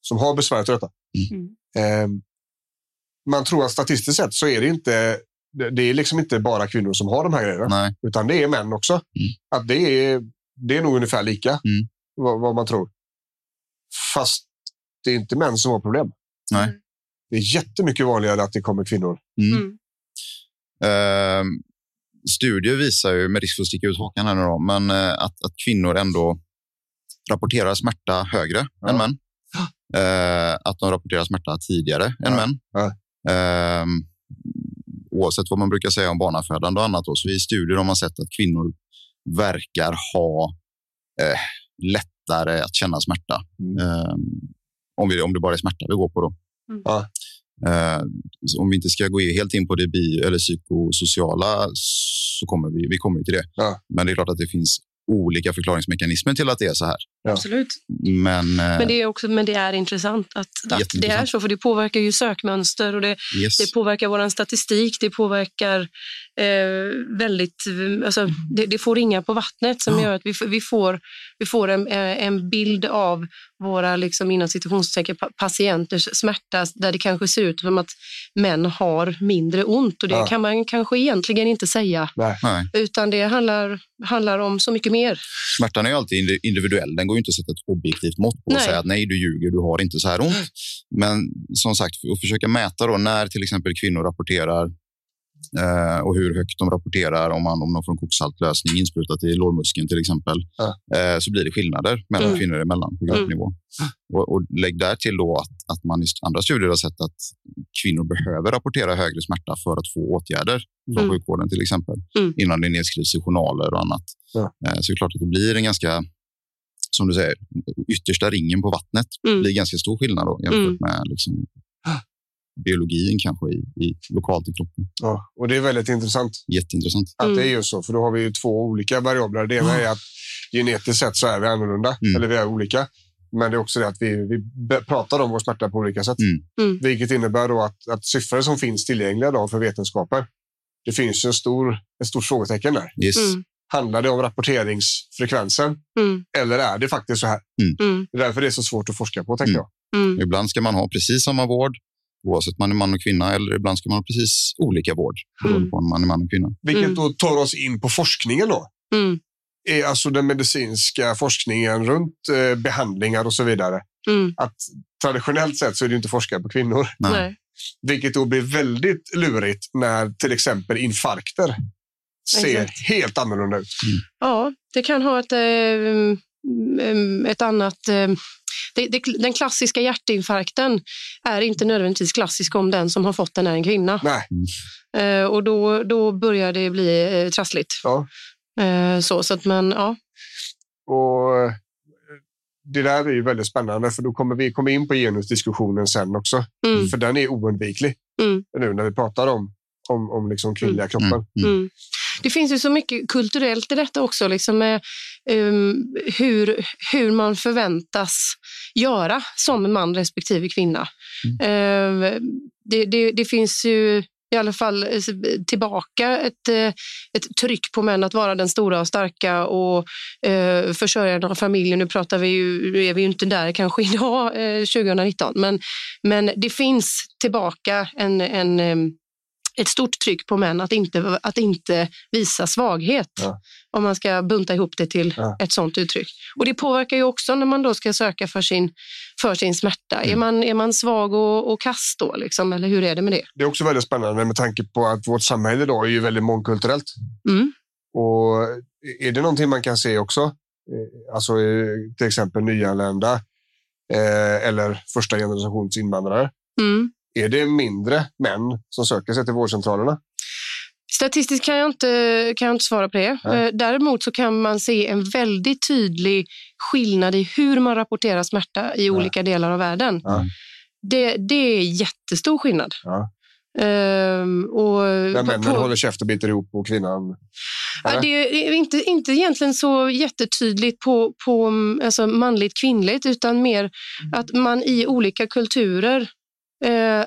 Speaker 3: som har besvär av detta.
Speaker 5: Mm.
Speaker 3: Ehm, man tror att statistiskt sett så är det inte det- det är liksom inte bara kvinnor som har de här grejerna,
Speaker 4: Nej.
Speaker 3: utan det är män också. Att det, är, det är nog ungefär lika
Speaker 4: Mm.
Speaker 3: vad, vad man tror. Fast det är inte män som har problem.
Speaker 4: Nej.
Speaker 3: Det är jättemycket vanligare att det kommer kvinnor.
Speaker 4: Mm.
Speaker 5: Mm.
Speaker 4: Ehm, studier visar ju, med risk för att sticka ut hakan här nu då, men eh, att, att kvinnor ändå rapporterar smärta högre
Speaker 3: Ja.
Speaker 4: än män. Eh, att de rapporterar smärta tidigare än
Speaker 3: Ja.
Speaker 4: män.
Speaker 3: Ja.
Speaker 4: Ehm, oavsett vad man brukar säga om barnafödande och annat. Då, så I studier har man sett att kvinnor verkar ha eh, lättare att känna smärta.
Speaker 3: Mm.
Speaker 4: Ehm, om, vi, om det bara är smärta vi går på då.
Speaker 5: Mm.
Speaker 3: Ja.
Speaker 4: Eh, så om vi inte ska gå i- helt in på det bi eller psykosociala så kommer vi, vi kommer ju till det.
Speaker 3: Ja.
Speaker 4: Men det är klart att det finns olika förklaringsmekanismer till att det är så här.
Speaker 5: Absolut.
Speaker 4: Men, eh,
Speaker 5: Men det är, också, men det är intressant att, att det är
Speaker 4: Jätteintressant.
Speaker 5: så, för det påverkar ju sökmönster och det,
Speaker 4: yes.
Speaker 5: det påverkar vår statistik, det påverkar eh, väldigt... eh, Alltså, det, det får ringar på vattnet som
Speaker 4: Ja.
Speaker 5: gör att vi, får- vi får, vi får en, eh, en bild av våra liksom, inom citationstecken pa- patienters smärta där det kanske ser ut som att män har mindre ont och det
Speaker 3: Ja.
Speaker 5: kan man kanske egentligen inte säga.
Speaker 3: Nej.
Speaker 4: Nej.
Speaker 5: Utan det handlar, handlar om så mycket mer.
Speaker 4: Smärtan är ju alltid indi- individuell. Den går ju inte att sätta ett objektivt mått på och
Speaker 5: Nej.
Speaker 4: säga att nej, du ljuger, du har inte så här ont. Men som sagt, att försöka mäta då när till exempel kvinnor rapporterar eh, och hur högt de rapporterar om man om de får en koksaltlösning insprutat i lårmuskeln till exempel, eh, så blir det skillnader mellan
Speaker 5: Mm.
Speaker 4: kvinnor emellan på gruppnivå. Och, och lägg där till då att, att man i st- andra studier har sett att kvinnor behöver rapportera högre smärta för att få åtgärder från
Speaker 5: Mm.
Speaker 4: sjukvården till exempel,
Speaker 5: Mm.
Speaker 4: innan det nedskrivs i journaler och annat.
Speaker 3: Ja.
Speaker 4: Eh, Så det är klart att det blir en ganska, som du säger, yttersta ringen på vattnet. Det
Speaker 5: Mm.
Speaker 4: blir ganska stor skillnad då, jämfört
Speaker 5: Mm.
Speaker 4: med liksom, biologin kanske i, i, lokalt i kroppen.
Speaker 3: Ja, och det är väldigt intressant
Speaker 4: Jätteintressant.
Speaker 3: att
Speaker 5: Mm. Ah.
Speaker 3: det är ju så, för då har vi ju två olika variabler. Det ena är att genetiskt sett så är vi annorlunda,
Speaker 4: Mm.
Speaker 3: eller vi är olika. Men det är också det att vi, vi be- pratar om vår smärta på olika sätt.
Speaker 4: Mm.
Speaker 5: Mm.
Speaker 3: Vilket innebär då att, att siffror som finns tillgängliga då för vetenskapen, det finns ju en stor, ett stort frågetecken där.
Speaker 4: Yes.
Speaker 5: Mm,
Speaker 3: Handlar det om rapporteringsfrekvensen
Speaker 5: mm,
Speaker 3: eller är det faktiskt så här?
Speaker 5: mm,
Speaker 3: Det är därför det är så svårt att forska på, tänker
Speaker 4: Mm.
Speaker 3: jag.
Speaker 5: mm.
Speaker 4: Ibland ska man ha precis samma vård, oavsett om man är man och kvinna, eller ibland ska man ha precis olika vård, beroende
Speaker 5: Mm.
Speaker 4: på om man är man och kvinna.
Speaker 3: Vilket
Speaker 5: Mm.
Speaker 3: då tar oss in på forskningen då.
Speaker 5: Mm,
Speaker 3: Är Alltså den medicinska forskningen runt eh, behandlingar och så vidare.
Speaker 5: mm.
Speaker 3: Att traditionellt sett så är det ju inte forskare på kvinnor.
Speaker 4: Nej.
Speaker 5: Nej.
Speaker 3: Vilket då blir väldigt lurigt när till exempel infarkter ser
Speaker 5: Exakt.
Speaker 3: helt annorlunda ut.
Speaker 5: Ja, det kan ha ett, eh, mm, mm, ett annat eh, det, det, den klassiska hjärtinfarkten är inte nödvändigtvis klassisk om den som har fått den är en kvinna.
Speaker 3: Nej.
Speaker 5: Eh, och då, då börjar det bli eh, trassligt.
Speaker 3: Ja.
Speaker 5: Eh, så, så att, men ja.
Speaker 3: Och eh, det där är ju väldigt spännande för då kommer vi komma in på genusdiskussionen sen också.
Speaker 5: Mm,
Speaker 3: För den är oundviklig
Speaker 5: Mm.
Speaker 3: nu när vi pratar om, om, om liksom kvinnliga kroppen.
Speaker 4: Mm. Mm.
Speaker 5: mm. Det finns ju så mycket kulturellt i detta också, liksom, eh, ehm, hur, hur man förväntas göra som en man respektive kvinna. Eh, det, det, det finns ju i alla fall eh, tillbaka ett, eh, ett tryck på män att vara den stora och starka och eh, försörjaren av familjen. Nu pratar vi ju, nu är vi ju inte där kanske idag, eh, 2019, men, men det finns tillbaka en, en, eh, ett stort tryck på män att inte, att inte visa svaghet.
Speaker 3: Ja.
Speaker 5: Om man ska bunta ihop det till
Speaker 3: Ja.
Speaker 5: ett sånt uttryck. Och det påverkar ju också när man då ska söka för sin, för sin smärta. Är,
Speaker 4: Mm.
Speaker 5: man, är man svag och, och kass då? Liksom, eller hur är det med det?
Speaker 3: Det är också väldigt spännande med tanke på att vårt samhälle idag är ju väldigt mångkulturellt.
Speaker 5: Mm.
Speaker 3: Och är det någonting man kan se också? Eh, Alltså eh, till exempel nyanlända eh, eller första generations invandrare.
Speaker 5: Mm.
Speaker 3: Är det mindre män som söker sig till vårdcentralerna?
Speaker 5: Statistiskt kan jag inte, kan jag inte svara på det.
Speaker 3: Nej.
Speaker 5: Eh, Däremot så kan man se en väldigt tydlig skillnad i hur man rapporterar smärta i olika delar av världen.
Speaker 3: Ja.
Speaker 5: Det, det är jättestor skillnad.
Speaker 3: Ja.
Speaker 5: Ehm, och
Speaker 3: Där
Speaker 5: på-
Speaker 3: männen
Speaker 5: på-
Speaker 3: håller käft och biter ihop och kvinnan...
Speaker 5: Ja,
Speaker 3: Eller?
Speaker 5: det är inte, inte egentligen så jättetydligt på, på mm, alltså manligt kvinnligt utan mer att man i olika kulturer eh,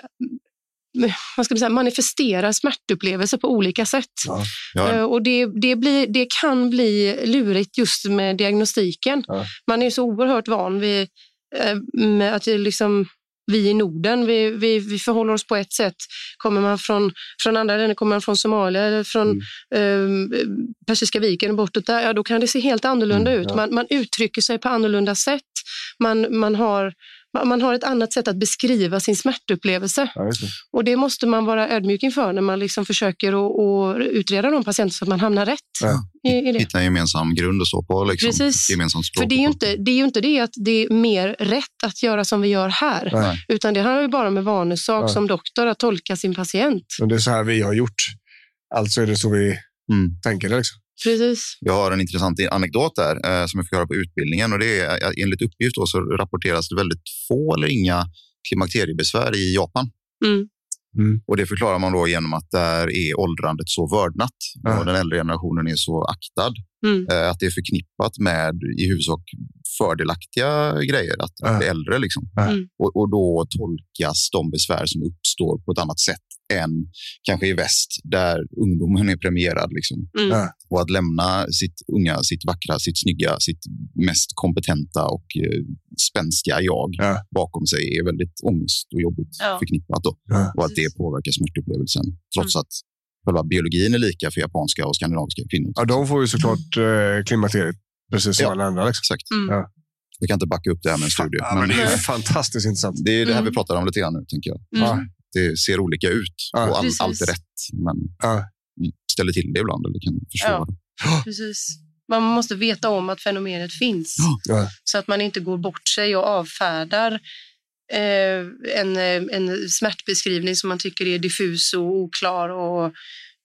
Speaker 5: vad ska man säga, manifesterar smärtupplevelser på olika sätt.
Speaker 3: Ja.
Speaker 4: Ja.
Speaker 5: Eh, och det, det, blir, det kan bli lurigt just med diagnostiken.
Speaker 3: Ja.
Speaker 5: Man är så oerhört van vid eh, med att det liksom, vi i Norden, vi, vi, vi förhåller oss på ett sätt. Kommer man från, från andra länder, kommer man från Somalia eller från
Speaker 3: Mm.
Speaker 5: eh, Persiska viken och bortåt där, ja, då kan det se helt annorlunda
Speaker 3: Mm,
Speaker 5: ut.
Speaker 3: ja.
Speaker 5: Man, man uttrycker sig på annorlunda sätt. Man, man, har, man- man har ett annat sätt att beskriva sin smärtupplevelse.
Speaker 3: Ja, just det.
Speaker 5: Och det måste man vara ödmjuk inför när man liksom försöker att- att utreda de patienter så att man hamnar rätt
Speaker 3: Ja.
Speaker 5: i, i det.
Speaker 4: Hitta en gemensam grund att stå på. Liksom.
Speaker 5: Precis.
Speaker 4: Gemensamt språk.
Speaker 5: För det är, ju inte, det är ju inte det att det är mer rätt att göra som vi gör här,
Speaker 3: Nej.
Speaker 5: utan det handlar ju bara om en vanesak
Speaker 3: Ja.
Speaker 5: som doktor att tolka sin patient.
Speaker 3: Men det är så här vi har gjort. Alltså är det så vi
Speaker 4: Mm.
Speaker 3: tänker. Liksom.
Speaker 5: Precis.
Speaker 4: Jag har en intressant anekdot där eh, som jag fick höra på utbildningen. Och det är, eh, enligt uppgift då, så rapporteras det väldigt få eller inga klimakteriebesvär i Japan.
Speaker 5: Mm.
Speaker 3: Mm.
Speaker 4: Och Det förklarar man då genom att där är åldrandet så vördnat
Speaker 3: Ja.
Speaker 4: och den äldre generationen är så aktad.
Speaker 5: Mm.
Speaker 4: Eh, att det är förknippat med i huvudsak fördelaktiga grejer att
Speaker 3: Ja.
Speaker 4: bli äldre. Liksom.
Speaker 3: Ja.
Speaker 5: Mm.
Speaker 4: Och, och Då tolkas de besvär som uppstår på ett annat sätt än kanske i väst där ungdomen är premierad. Liksom.
Speaker 5: Mm.
Speaker 3: Ja.
Speaker 4: Och att lämna sitt unga, sitt vackra, sitt snygga, sitt mest kompetenta och eh, spänstiga jag
Speaker 3: Ja.
Speaker 4: bakom sig är väldigt ångest och jobbigt
Speaker 5: Ja.
Speaker 4: förknippat. Då.
Speaker 3: Ja. Mm.
Speaker 4: Och att det påverkar smärtupplevelsen trots att själva biologin är lika för japanska och skandinaviska kvinnor.
Speaker 3: Ja, de får ju såklart eh, klimakteriet precis som
Speaker 4: Ja.
Speaker 3: alla andra. Liksom.
Speaker 4: Exakt.
Speaker 5: Mm.
Speaker 3: Ja.
Speaker 4: Vi kan inte backa upp det här med en studie.
Speaker 3: Ja,
Speaker 4: men
Speaker 3: men det är ju
Speaker 5: Nej.
Speaker 3: fantastiskt intressant.
Speaker 4: det är det här
Speaker 5: Mm.
Speaker 4: vi pratar om lite grann nu, tänker jag.
Speaker 5: Mm.
Speaker 3: Ja.
Speaker 4: Det ser olika ut
Speaker 3: Ja.
Speaker 4: och all,
Speaker 5: Precis.
Speaker 4: allt är rätt, men
Speaker 3: Ja.
Speaker 4: ställer till det ibland eller kan försvåra.
Speaker 5: Ja. Precis. Man måste veta om att fenomenet finns
Speaker 3: Ja.
Speaker 5: så att man inte går bort sig och avfärdar eh, en, eh, en smärtbeskrivning som man tycker är diffus och oklar och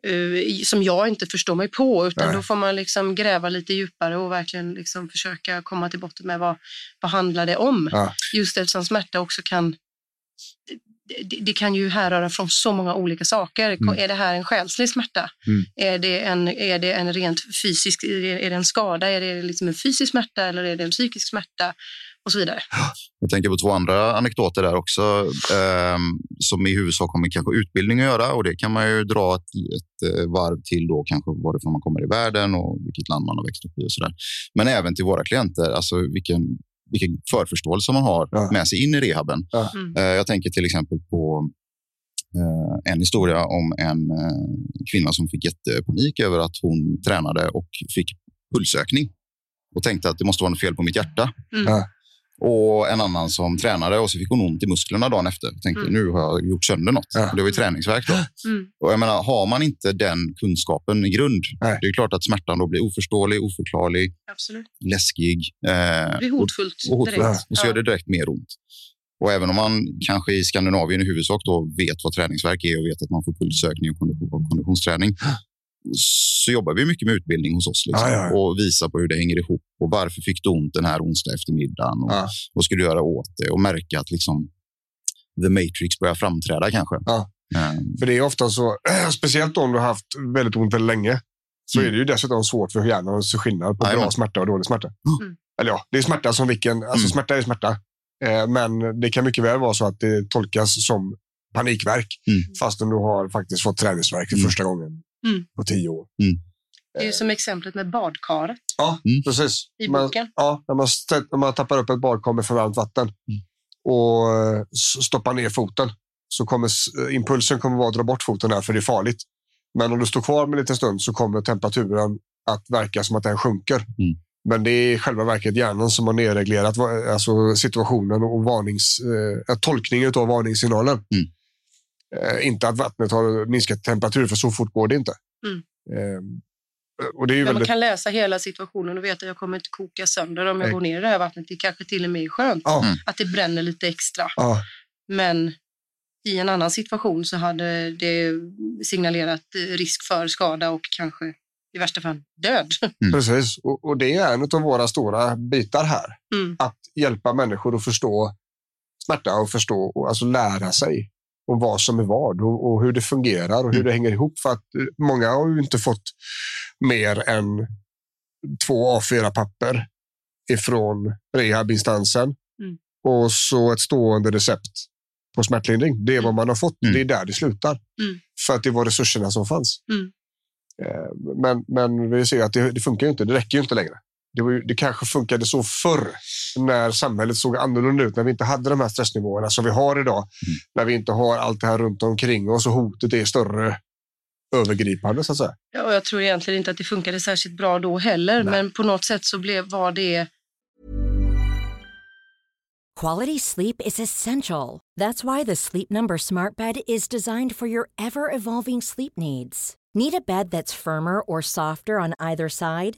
Speaker 5: eh, i- som jag inte förstår mig på. Utan
Speaker 3: Nej.
Speaker 5: då får man liksom gräva lite djupare och verkligen liksom försöka komma till botten med vad, vad handlar det om.
Speaker 3: Ja.
Speaker 5: Just eftersom smärta också kan det- det, det kan ju härröra från så många olika saker.
Speaker 3: Mm.
Speaker 5: Är det här en själslig smärta?
Speaker 3: Mm.
Speaker 5: Är, det en, är det en rent fysisk, är det, är det en skada? Är det liksom en fysisk smärta eller är det en psykisk smärta? Och så vidare.
Speaker 4: Jag tänker på två andra anekdoter där också ehm, som i huvudsak har med kanske utbildning att göra och det kan man ju dra ett, ett eh, varv till då kanske varifrån man kommer i världen och vilket land man har växt upp i och sådär. Men även till våra klienter, alltså vilken, vilken förförståelse man har
Speaker 3: Ja.
Speaker 4: med sig in i rehaben.
Speaker 3: Ja.
Speaker 5: Mm.
Speaker 4: Eh, jag tänker till exempel på eh, en historia om en eh, kvinna som fick jättepanik över att hon tränade och fick pulsökning och tänkte att det måste vara något fel på mitt hjärta.
Speaker 5: Mm.
Speaker 3: Ja.
Speaker 4: och en annan som tränade och så fick hon ont i musklerna dagen efter. Jag tänkte,
Speaker 5: Mm.
Speaker 4: nu har jag gjort sönder något.
Speaker 3: Ja.
Speaker 4: Och Det var ju träningsvärk då.
Speaker 5: Mm.
Speaker 4: Och jag menar, har man inte den kunskapen i grund,
Speaker 3: Nej.
Speaker 4: det är ju klart att smärtan då blir oförståelig, oförklarlig,
Speaker 5: Absolut.
Speaker 4: läskig. Eh,
Speaker 5: Det blir
Speaker 4: och-
Speaker 5: hotfullt
Speaker 4: och hotfullt.
Speaker 5: direkt.
Speaker 4: Och så gör det direkt mer ont. Och även om man kanske i Skandinavien i huvudsak då vet vad träningsverk är och vet att man får pulsökning och kondition- och konditionsträning så jobbar vi mycket med utbildning hos oss liksom,
Speaker 3: Ja, ja, ja.
Speaker 4: och visar på hur det hänger ihop och varför fick du ont den här onsdag eftermiddagen och
Speaker 3: Ja.
Speaker 4: vad ska du göra åt det och märka att liksom the matrix börjar framträda kanske.
Speaker 3: Ja.
Speaker 4: Eh,
Speaker 3: För det är ofta så, speciellt om du har haft väldigt ont väldigt länge, så
Speaker 4: Mm.
Speaker 3: är det ju dessutom svårt för hjärnan att se skillnad på bra
Speaker 4: Jajamän.
Speaker 3: smärta och dålig smärta.
Speaker 5: Mm.
Speaker 3: Eller ja, det är smärta som vilken, alltså
Speaker 4: Mm.
Speaker 3: smärta är smärta. Eh, Men det kan mycket väl vara så att det tolkas som panikverk
Speaker 4: Mm.
Speaker 3: fastän du har faktiskt fått träningsvärk för
Speaker 4: Mm.
Speaker 3: första gången
Speaker 5: Mm.
Speaker 3: på tio år.
Speaker 5: Det är ju som exemplet med badkaret
Speaker 3: Ja,
Speaker 4: Mm.
Speaker 3: precis.
Speaker 5: i
Speaker 3: Man-
Speaker 5: boken.
Speaker 3: Ja, när man, stä- när man tappar upp ett badkar med för varmt vatten och eh, s- stoppar ner foten så kommer s- eh, impulsen kommer vara att dra bort foten där för det är farligt. Men om du står kvar med en liten stund så kommer temperaturen att verka som att den sjunker. Men det är i själva verket hjärnan som har nedreglerat va- alltså situationen och varnings, eh, tolkningen av varningssignalen.
Speaker 4: Mm.
Speaker 3: Eh, inte att vattnet har minskat temperatur, för så fort går det inte.
Speaker 5: Mm.
Speaker 3: Eh, och det är ju
Speaker 5: Där man
Speaker 3: väldigt...
Speaker 5: kan läsa hela situationen och veta att jag kommer inte koka sönder om jag
Speaker 3: Nej.
Speaker 5: går ner i det här vattnet. Det kanske till och med är skönt
Speaker 3: Ja,
Speaker 4: Mm.
Speaker 5: att det bränner lite extra.
Speaker 3: ja,
Speaker 5: Men i en annan situation så hade det signalerat eh, risk för skada och kanske i värsta fall död.
Speaker 3: Precis, och, och det är en av våra stora bitar här.
Speaker 5: Mm.
Speaker 3: Att hjälpa människor att förstå smärta och förstå och alltså lära sig om vad som är vad och, och hur det fungerar och hur
Speaker 4: Mm.
Speaker 3: det hänger ihop. För att eh, många har ju inte fått mer än två A4-papper ifrån rehabinstansen
Speaker 5: Mm.
Speaker 3: och så ett stående recept på smärtlindring. Det är vad man har fått.
Speaker 4: Mm.
Speaker 3: Det är där det slutar.
Speaker 5: Mm.
Speaker 3: För att det var resurserna som fanns.
Speaker 5: Mm.
Speaker 3: Eh, Men, men vi ser ju att det, det funkar ju inte. Det räcker ju inte längre. Det, var ju, det kanske funkade så förr när samhället såg annorlunda ut, när vi inte hade de här stressnivåerna som vi har idag. När vi inte har allt det här runt omkring oss och hotet är större övergripande så att säga.
Speaker 5: Ja, och jag tror egentligen inte att det funkade särskilt bra då heller,
Speaker 3: Nej.
Speaker 5: men på något sätt så blev, var det
Speaker 6: Quality sleep is essential. That's why the Sleep Number Smart Bed is designed for your ever evolving sleep needs. Need a bed that's firmer or softer on either side?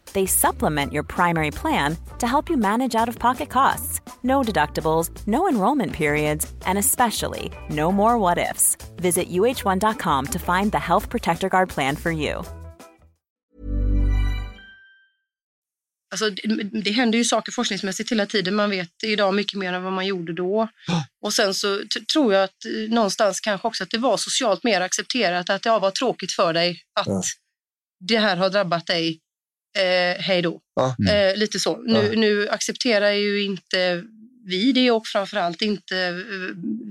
Speaker 7: They supplement your primary plan to help you manage out of pocket costs. No deductibles, no enrollment periods, and especially no more what ifs. Visit uh1.com to find the Health Protector Guard plan for you.
Speaker 5: Alltså, det- det händer ju saker forskningsmässigt hela tiden. Man vet idag mycket mer än vad man gjorde då. Och sen så t- tror jag att eh, någonstans kanske också att det var socialt mer accepterat att det var tråkigt för dig att
Speaker 3: Ja.
Speaker 5: det här har drabbat dig. Eh, hej då.
Speaker 3: Ja.
Speaker 5: Eh, lite så. Nu, nu accepterar ju inte vi det och framförallt inte eh,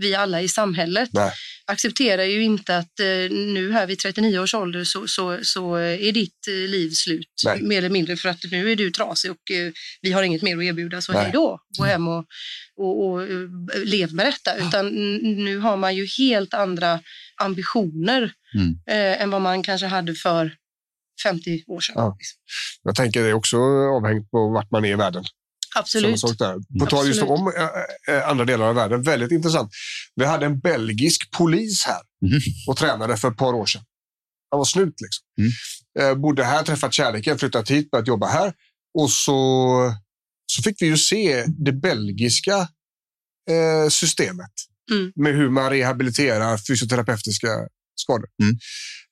Speaker 5: vi alla i samhället
Speaker 3: Nej.
Speaker 5: accepterar ju inte att eh, nu här vid 39 års ålder så, så, så är ditt eh, liv slut
Speaker 3: Nej.
Speaker 5: mer eller mindre för att nu är du trasig och eh, vi har inget mer att erbjuda så
Speaker 3: Nej.
Speaker 5: hej då, gå hem och, och, och eh, lev med detta. Utan n- nu har man ju helt andra ambitioner
Speaker 4: Mm.
Speaker 5: eh, än vad man kanske hade för 50 år sedan.
Speaker 3: Ja.
Speaker 5: liksom.
Speaker 3: Jag tänker det är också avhängigt på vart man är i världen. Samma
Speaker 5: Absolut.
Speaker 3: sak där. På tal just
Speaker 5: Absolut.
Speaker 3: om eh, eh, andra delar av världen. Väldigt intressant. Vi hade en belgisk polis här
Speaker 4: Mhm.
Speaker 3: och tränade för ett par år sedan. Han var snut liksom.
Speaker 4: Mm.
Speaker 3: Eh, bodde här, träffat kärleken, flyttat hit, börjat jobba här. Och så, så fick vi ju se det belgiska eh, systemet
Speaker 5: Mm.
Speaker 3: med hur man rehabiliterar fysioterapeutiska skador.
Speaker 4: Mm.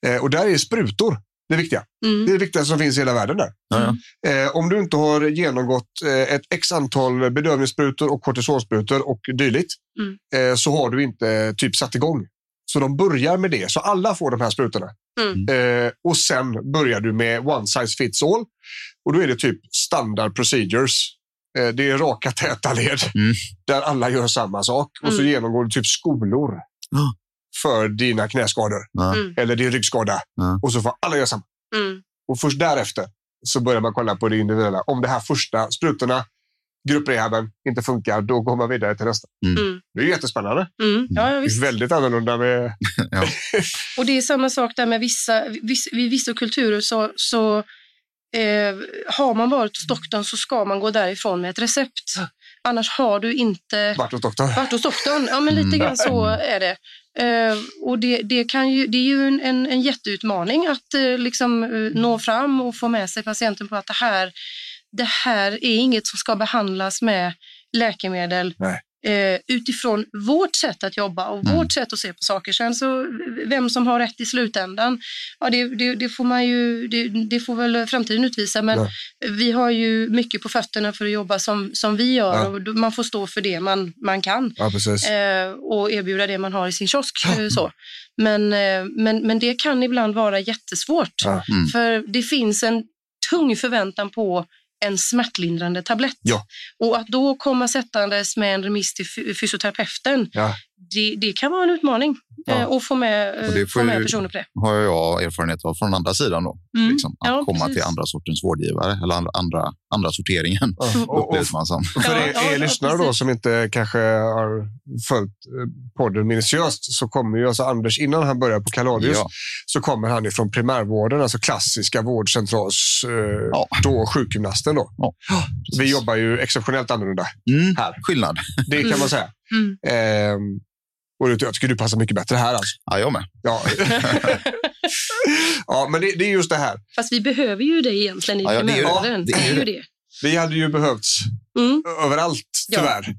Speaker 3: Eh, och där är sprutor det viktiga. Det
Speaker 5: Mm.
Speaker 3: är det viktigaste som finns i hela världen där.
Speaker 4: Ja,
Speaker 3: Eh, om du inte har genomgått eh, ett x antal bedövningssprutor och kortisonsprutor och dylikt
Speaker 5: Mm.
Speaker 3: eh, så har du inte eh, typ satt igång. Så de börjar med det, så alla får de här sprutorna.
Speaker 5: Mm.
Speaker 3: Eh, och sen börjar du med one size fits all. Och då är det typ standard procedures. Eh, det är raka täta led
Speaker 4: Mm.
Speaker 3: där alla gör samma sak. Och så
Speaker 5: Mm.
Speaker 3: genomgår du typ skolor
Speaker 4: Ja.
Speaker 3: för dina knäskador
Speaker 4: ja.
Speaker 5: Mm.
Speaker 3: eller din ryggskada.
Speaker 4: Ja.
Speaker 3: Och så får alla göra samma.
Speaker 5: Mm.
Speaker 3: Och först därefter så börjar man kolla på det individuella. Om det här första, sprutorna, grupprehaben, inte funkar, då går man vidare till nästa.
Speaker 4: Mm.
Speaker 5: Mm.
Speaker 3: Det är ju jättespännande.
Speaker 5: Mm. Ja, ja,
Speaker 3: Det är
Speaker 5: visst.
Speaker 3: väldigt annorlunda med...
Speaker 5: Och det är samma sak där med vissa, viss, vid vissa kulturer så, så eh, har man varit hos doktorn så ska man gå därifrån med ett recept. Annars har du inte
Speaker 3: Vart hos doktorn.
Speaker 5: varit hos doktorn. Ja, men lite
Speaker 4: Mm.
Speaker 5: grann så är det. Eh, och det, det, kan ju, det är ju en, en, en jätteutmaning att eh, liksom,
Speaker 3: Mm.
Speaker 5: eh, nå fram och få med sig patienten på att det här, det här är inget som ska behandlas med läkemedel
Speaker 3: Nej.
Speaker 5: eh, utifrån vårt sätt att jobba och
Speaker 4: Mm.
Speaker 5: vårt sätt att se på saker. Sen så vem som har rätt i slutändan, ja, det, det, det får man ju, det, det får väl framtiden utvisa. Men
Speaker 3: Ja.
Speaker 5: vi har ju mycket på fötterna för att jobba som, som vi gör
Speaker 3: Ja.
Speaker 5: och då- man får stå för det man, man kan
Speaker 3: Ja, precis.
Speaker 5: eh, och erbjuda det man har i sin kiosk. eh, Så. Men, eh, men, men det kan ibland vara jättesvårt.
Speaker 3: Ja.
Speaker 4: Mm.
Speaker 5: För det finns en tung förväntan på en smärtlindrande tablett.
Speaker 3: Ja.
Speaker 5: Och att då komma sättandes med en remiss till fy- fysioterapeuten,
Speaker 3: Ja.
Speaker 5: det, det kan vara en utmaning
Speaker 3: Ja.
Speaker 5: eh, att få med, eh,
Speaker 4: Och det
Speaker 5: få
Speaker 4: får
Speaker 5: med
Speaker 4: ju-
Speaker 5: personer på det.
Speaker 4: har jag erfarenhet av från andra sidan. Då,
Speaker 5: Mm.
Speaker 4: liksom, att
Speaker 5: Ja,
Speaker 4: komma
Speaker 5: precis.
Speaker 4: till andra sortens vårdgivare eller andra, andra, andra sorteringen.
Speaker 3: Ja. Och, och
Speaker 4: upplevs man som.
Speaker 3: för
Speaker 5: Ja,
Speaker 3: er,
Speaker 5: ja,
Speaker 3: er
Speaker 5: ja,
Speaker 3: lyssnare då,
Speaker 5: precis.
Speaker 3: som inte kanske har följt eh, podden minutiöst så kommer ju alltså Anders, innan han börjar på Kaladius,
Speaker 4: Ja.
Speaker 3: så kommer han ifrån primärvården, alltså klassiska vårdcentrals... Eh,
Speaker 4: Ja.
Speaker 3: Då sjukgymnasten. Då.
Speaker 4: precis.
Speaker 3: Vi jobbar ju exceptionellt annorlunda.
Speaker 4: mm,
Speaker 3: här.
Speaker 4: Skillnad.
Speaker 3: Det kan man säga.
Speaker 5: Mm.
Speaker 3: Ehm, och jag tycker du passar mycket bättre här. Alltså.
Speaker 4: Ja, jag med.
Speaker 3: Ja. ja, men det, det är just det här.
Speaker 5: Fast vi behöver ju det egentligen i
Speaker 4: Ja, ja, det är ju det.
Speaker 5: primärvården.
Speaker 4: Det är ju
Speaker 5: ju det.
Speaker 3: Vi hade ju behövts
Speaker 5: Mm.
Speaker 3: överallt,
Speaker 5: Ja.
Speaker 3: tyvärr.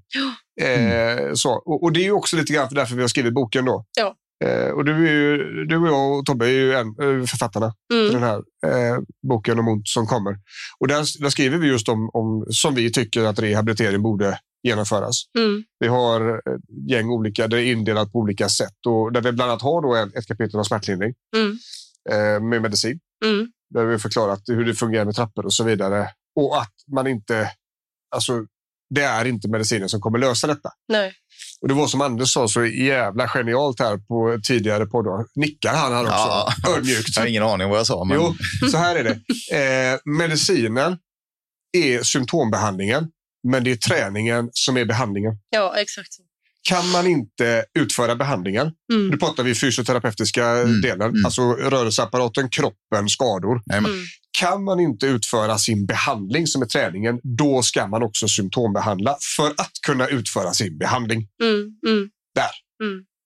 Speaker 3: Eh, så. Och, och det är ju också lite grann för därför vi har skrivit boken. då.
Speaker 5: Ja.
Speaker 3: Eh, och du, är ju, du och jag och Tobbe är ju en, eh, författarna till
Speaker 5: Mm.
Speaker 3: den här eh, boken om ont som kommer. Och där, där skriver vi just om, om som vi tycker att rehabilitering borde genomföras.
Speaker 5: Mm.
Speaker 3: Vi har ett gäng olika, det är indelat på olika sätt. Och där vi bland annat har då en- ett kapitel om smärtlindring
Speaker 5: Mm.
Speaker 3: eh, med medicin.
Speaker 5: Mm.
Speaker 3: Där vi har förklarat hur det fungerar med trappor och så vidare. Och att man inte... Alltså, det är inte medicinen som kommer lösa detta.
Speaker 5: Nej.
Speaker 3: Och det var som Anders sa så jävla genialt här på tidigare poddar. Nickar han här också?
Speaker 4: Ja.
Speaker 3: Ödmjukt.
Speaker 4: Jag har ingen aning om vad jag sa. Men,
Speaker 3: Jo, så här är det. Eh, medicinen är symptombehandlingen, men det är träningen som är behandlingen
Speaker 5: Ja, exakt. så.
Speaker 3: kan man inte utföra behandlingen. Nu
Speaker 5: Mm.
Speaker 3: pratar vi fysioterapeutiska
Speaker 4: Mm,
Speaker 3: delen,
Speaker 4: mm.
Speaker 3: alltså rörelseapparaten, kroppen, skador.
Speaker 4: Jajamän.
Speaker 5: Mm.
Speaker 3: Kan man inte utföra sin behandling som är träningen, då ska man också symptombehandla för att kunna utföra sin behandling.
Speaker 5: Mm. Mm.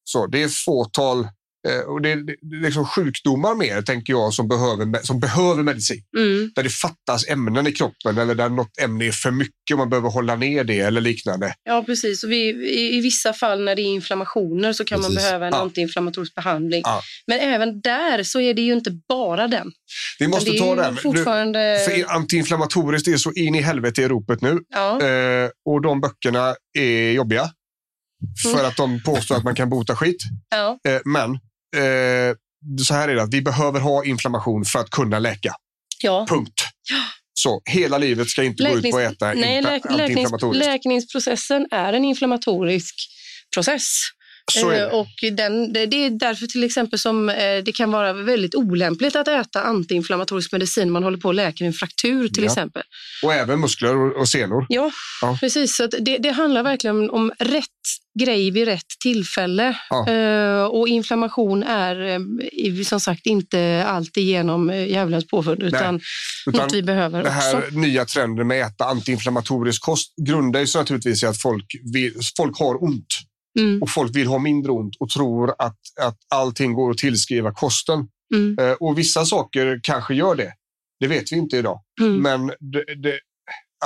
Speaker 3: Så det är ett fåtal eh, och det är, det är liksom sjukdomar mer, tänker jag, som behöver, me- som behöver medicin.
Speaker 5: Mm.
Speaker 3: Där det fattas ämnen i kroppen eller där något ämne är för mycket och man behöver hålla ner det eller liknande.
Speaker 5: Ja, precis. Och vi, i, I vissa fall när det är inflammationer så kan man
Speaker 4: Precis.
Speaker 5: behöva en
Speaker 3: Ja.
Speaker 5: antiinflammatorisk behandling.
Speaker 3: Ja.
Speaker 5: Men även där så är det ju inte bara den.
Speaker 3: Vi måste
Speaker 5: det är
Speaker 3: ta
Speaker 5: ju
Speaker 3: den. Nu,
Speaker 5: fortfarande...
Speaker 3: för antiinflammatoriskt är så in i helvete i ropet nu.
Speaker 5: Ja.
Speaker 3: Eh, och de böckerna är jobbiga.
Speaker 5: Mm.
Speaker 3: För att de påstår att man kan bota skit.
Speaker 5: Ja.
Speaker 3: Eh, men eh, så här är det, att vi behöver ha inflammation för att kunna läka.
Speaker 5: ja.
Speaker 3: Punkt. Så hela livet ska inte gå ut på att äta
Speaker 5: nej,
Speaker 3: inte
Speaker 5: läk, läknings,
Speaker 3: antiinflammatoriskt.
Speaker 5: läkningsprocessen är en inflammatorisk process.
Speaker 3: Så är
Speaker 5: Eh,
Speaker 3: det.
Speaker 5: Och den, det det är därför till exempel som eh, det kan vara väldigt olämpligt att äta antiinflammatorisk medicin när man håller på att läka en fraktur till
Speaker 3: Ja.
Speaker 5: exempel.
Speaker 3: Och även muskler och, och senor.
Speaker 5: Ja,
Speaker 3: Ja.
Speaker 5: precis. Så att det, det handlar verkligen om, om rätt grej vid rätt tillfälle.
Speaker 3: Ja.
Speaker 5: Eh, och inflammation är eh, i- som sagt inte alltigenom eh, djävulens påfund utan,
Speaker 3: Utan
Speaker 5: något vi behöver
Speaker 3: den här
Speaker 5: också.
Speaker 3: nya trenden med att äta antiinflammatorisk kost grundar sig naturligtvis i att folk, vill, folk har ont
Speaker 5: Mm,
Speaker 3: och folk vill ha mindre ont och tror att, att allting går att tillskriva kosten.
Speaker 5: mm,
Speaker 3: Eh, Och vissa saker kanske gör det. Det vet vi inte idag.
Speaker 5: mm.
Speaker 3: Men det, det,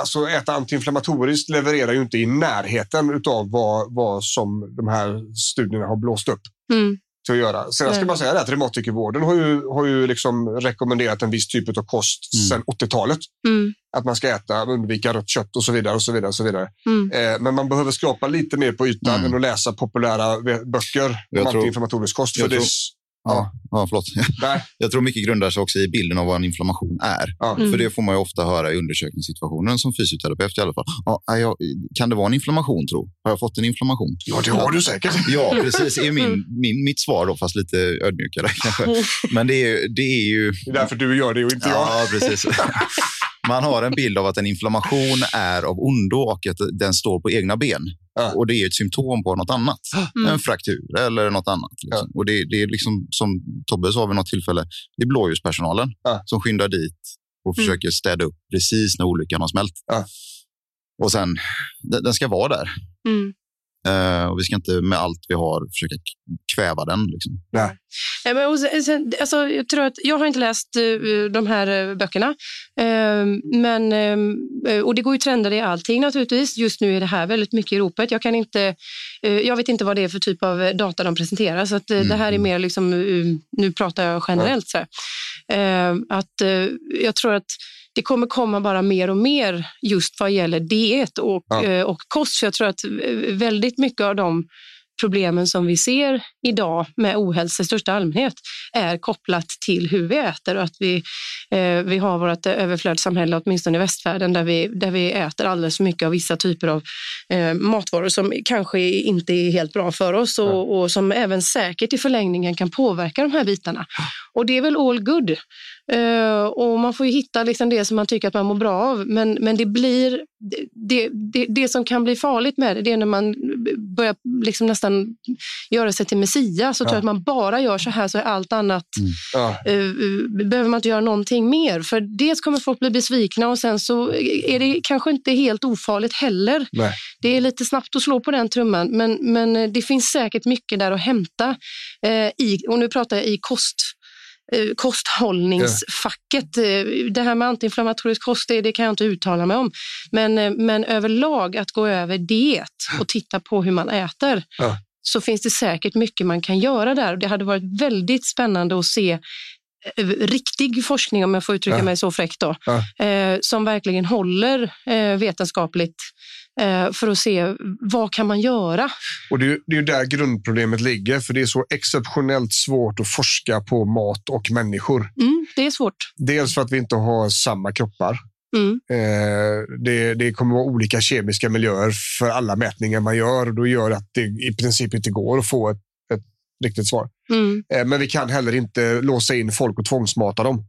Speaker 3: alltså äta antiinflammatoriskt levererar ju inte i närheten av vad, vad som de här studierna har blåst upp
Speaker 5: Mm.
Speaker 3: till att göra. Sen ska
Speaker 5: Nej.
Speaker 3: man säga det att reumatikervården har ju, har ju liksom rekommenderat en viss typ av kost
Speaker 4: Mm.
Speaker 3: sedan 80-talet.
Speaker 5: Mm.
Speaker 3: Att man ska äta, undvika rött kött och så vidare. och så vidare, och så vidare.
Speaker 5: Mm.
Speaker 3: Eh, men man behöver skrapa lite mer på ytan
Speaker 4: Mm.
Speaker 3: än att läsa populära ve- böcker om
Speaker 4: Jag tror-
Speaker 3: antiinflammatorisk kost. För
Speaker 4: jag
Speaker 3: det, är
Speaker 4: tror-
Speaker 3: s-
Speaker 4: Ja, ja förlåt.
Speaker 3: nej,
Speaker 4: Jag tror mycket grundar sig också i bilden av vad en inflammation är.
Speaker 3: ja.
Speaker 5: Mm.
Speaker 4: För det får man ju ofta höra i undersökningssituationen som fysioterapeut i alla fall. Ja, nej, jag, kan det vara en inflammation tro? Har jag fått en inflammation?
Speaker 3: ja, det har du säkert.
Speaker 4: Ja, precis. är min, min, mitt svar då, fast lite ödmjukare kanske. Men det är, ju- det är ju...
Speaker 3: Det är därför du gör det och inte jag.
Speaker 4: Ja, precis. Man har en bild av att en inflammation är av ondo och att den står på egna ben.
Speaker 3: Ja.
Speaker 4: Och det är ett symptom på något annat.
Speaker 5: Mm.
Speaker 4: En fraktur eller något annat. Liksom. Och det, det är liksom, som Tobbe sa vid något tillfälle, det är blåljuspersonalen
Speaker 3: Ja.
Speaker 4: som skyndar dit och
Speaker 5: Mm.
Speaker 4: försöker städa upp precis när olyckan har smält.
Speaker 3: Ja.
Speaker 4: Och sen, den, den ska vara där.
Speaker 5: Mm.
Speaker 4: Eh, och vi ska inte med allt vi har försöka k- kväva den. Liksom.
Speaker 5: Nej, men, och sen- sen, alltså, jag, tror att, jag har inte läst eh, de här eh, böckerna. Eh, men, eh, och det går ju trender i allting naturligtvis. Just nu är det här väldigt mycket i ropet. Jag, kan inte, eh, jag vet inte vad det är för typ av eh, data de presenterar. Så att, eh, Det här är
Speaker 4: Mm.
Speaker 5: mer, liksom, eh, nu pratar jag generellt. Så här. Eh, att, eh, jag tror att det kommer komma bara mer och mer just vad gäller diet och,
Speaker 3: Ja.
Speaker 5: eh, och kost. Så jag tror att eh, väldigt mycket av de problemen som vi ser idag med ohälsa i största allmänhet är kopplat till hur vi äter och att vi, eh, vi har vårt överflödssamhälle, åtminstone i västvärlden, där vi, där vi äter alldeles för mycket av vissa typer av eh, matvaror som kanske inte är helt bra för oss och,
Speaker 3: Ja.
Speaker 5: och som även säkert i förlängningen kan påverka de här bitarna. Och det är väl all good. Eh, och man får ju hitta liksom det som man tycker att man mår bra av. Men, men det blir det- det, det, det som kan bli farligt med det, det är när man börjar liksom nästan göra sig till messias och
Speaker 3: Ja.
Speaker 5: tror att man bara gör så här så är allt annat
Speaker 3: Ja.
Speaker 5: eh, behöver man inte göra någonting mer. För dels kommer folk bli besvikna och sen så är det kanske inte helt ofarligt heller.
Speaker 3: Nej.
Speaker 5: Det är lite snabbt att slå på den trumman, men, men eh, det finns säkert mycket där att hämta. Eh, i, och nu pratar jag i kost eh, kosthållningsfacket. Eh, Det här med antiinflammatorisk kost, det, det kan jag inte uttala mig om. Men, eh, men överlag att gå över diet och titta på hur man äter
Speaker 3: Ja.
Speaker 5: så finns det säkert mycket man kan göra där. Och Det hade varit väldigt spännande att se eh, riktig forskning, om jag får uttrycka
Speaker 3: Ja.
Speaker 5: mig så fräckt, då,
Speaker 3: Ja.
Speaker 5: eh, som verkligen håller eh, vetenskapligt eh, för att se vad kan man göra.
Speaker 3: Och det, är ju- det är ju där grundproblemet ligger, för det är så exceptionellt svårt att forska på mat och människor.
Speaker 5: Mm, det är svårt.
Speaker 3: Dels för att vi inte har samma kroppar.
Speaker 5: Mm,
Speaker 3: Eh, det, det kommer vara olika kemiska miljöer för alla mätningar man gör och då gör att det i princip inte går att få ett, ett riktigt svar.
Speaker 5: mm.
Speaker 3: Eh, men vi kan heller inte låsa in folk och tvångsmata dem.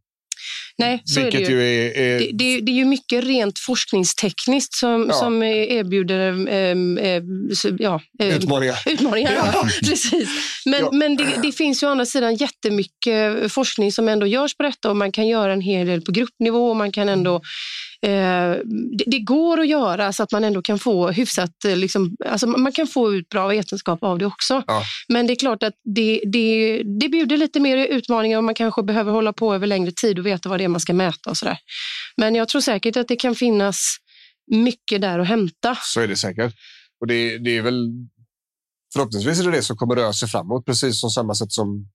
Speaker 5: Nej, så är det
Speaker 3: vilket ju är... är
Speaker 5: Det, det, det är ju mycket rent forskningstekniskt som,
Speaker 3: Ja.
Speaker 5: som eh, erbjuder ehm, ehm, så- ja, ehm,
Speaker 3: utmaningar.
Speaker 5: utmaningar. Ja, precis. Men,
Speaker 3: Ja.
Speaker 5: men det, det finns ju å andra sidan jättemycket forskning som ändå görs på detta och man kan göra en hel del på gruppnivå och man kan
Speaker 3: Mm.
Speaker 5: ändå eh, det, det går att göra så att man ändå kan få hyfsat, eh, liksom, alltså man kan få ut bra vetenskap av det också.
Speaker 3: Ja.
Speaker 5: Men det är klart att det, det, det bjuder lite mer utmaningar och man kanske behöver hålla på över längre tid och veta vad det är man ska mäta och sådär. Men jag tror säkert att det kan finnas mycket där att hämta.
Speaker 3: Så är det säkert. Och det, det är väl förhoppningsvis är det det som kommer röra sig framåt, precis som samma sätt som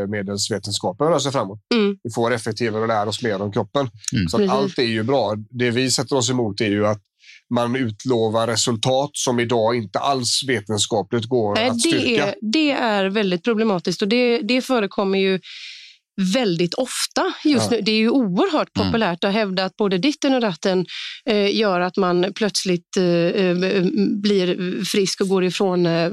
Speaker 3: läkemedelsvetenskapen rör sig framåt.
Speaker 5: Mm.
Speaker 3: Vi får effektivare och lär oss mer om kroppen.
Speaker 4: Mm.
Speaker 3: Så att
Speaker 5: Precis.
Speaker 3: allt är ju bra. Det vi sätter oss emot är ju att man utlovar resultat som idag inte alls vetenskapligt går
Speaker 5: Nej,
Speaker 3: att
Speaker 5: det
Speaker 3: styrka.
Speaker 5: är, det är väldigt problematiskt och det, det förekommer ju väldigt ofta just
Speaker 3: Ja.
Speaker 5: nu. Det är ju oerhört
Speaker 4: Mm.
Speaker 5: populärt att hävda att både ditten och datten eh, gör att man plötsligt eh, eh, blir frisk och går ifrån eh,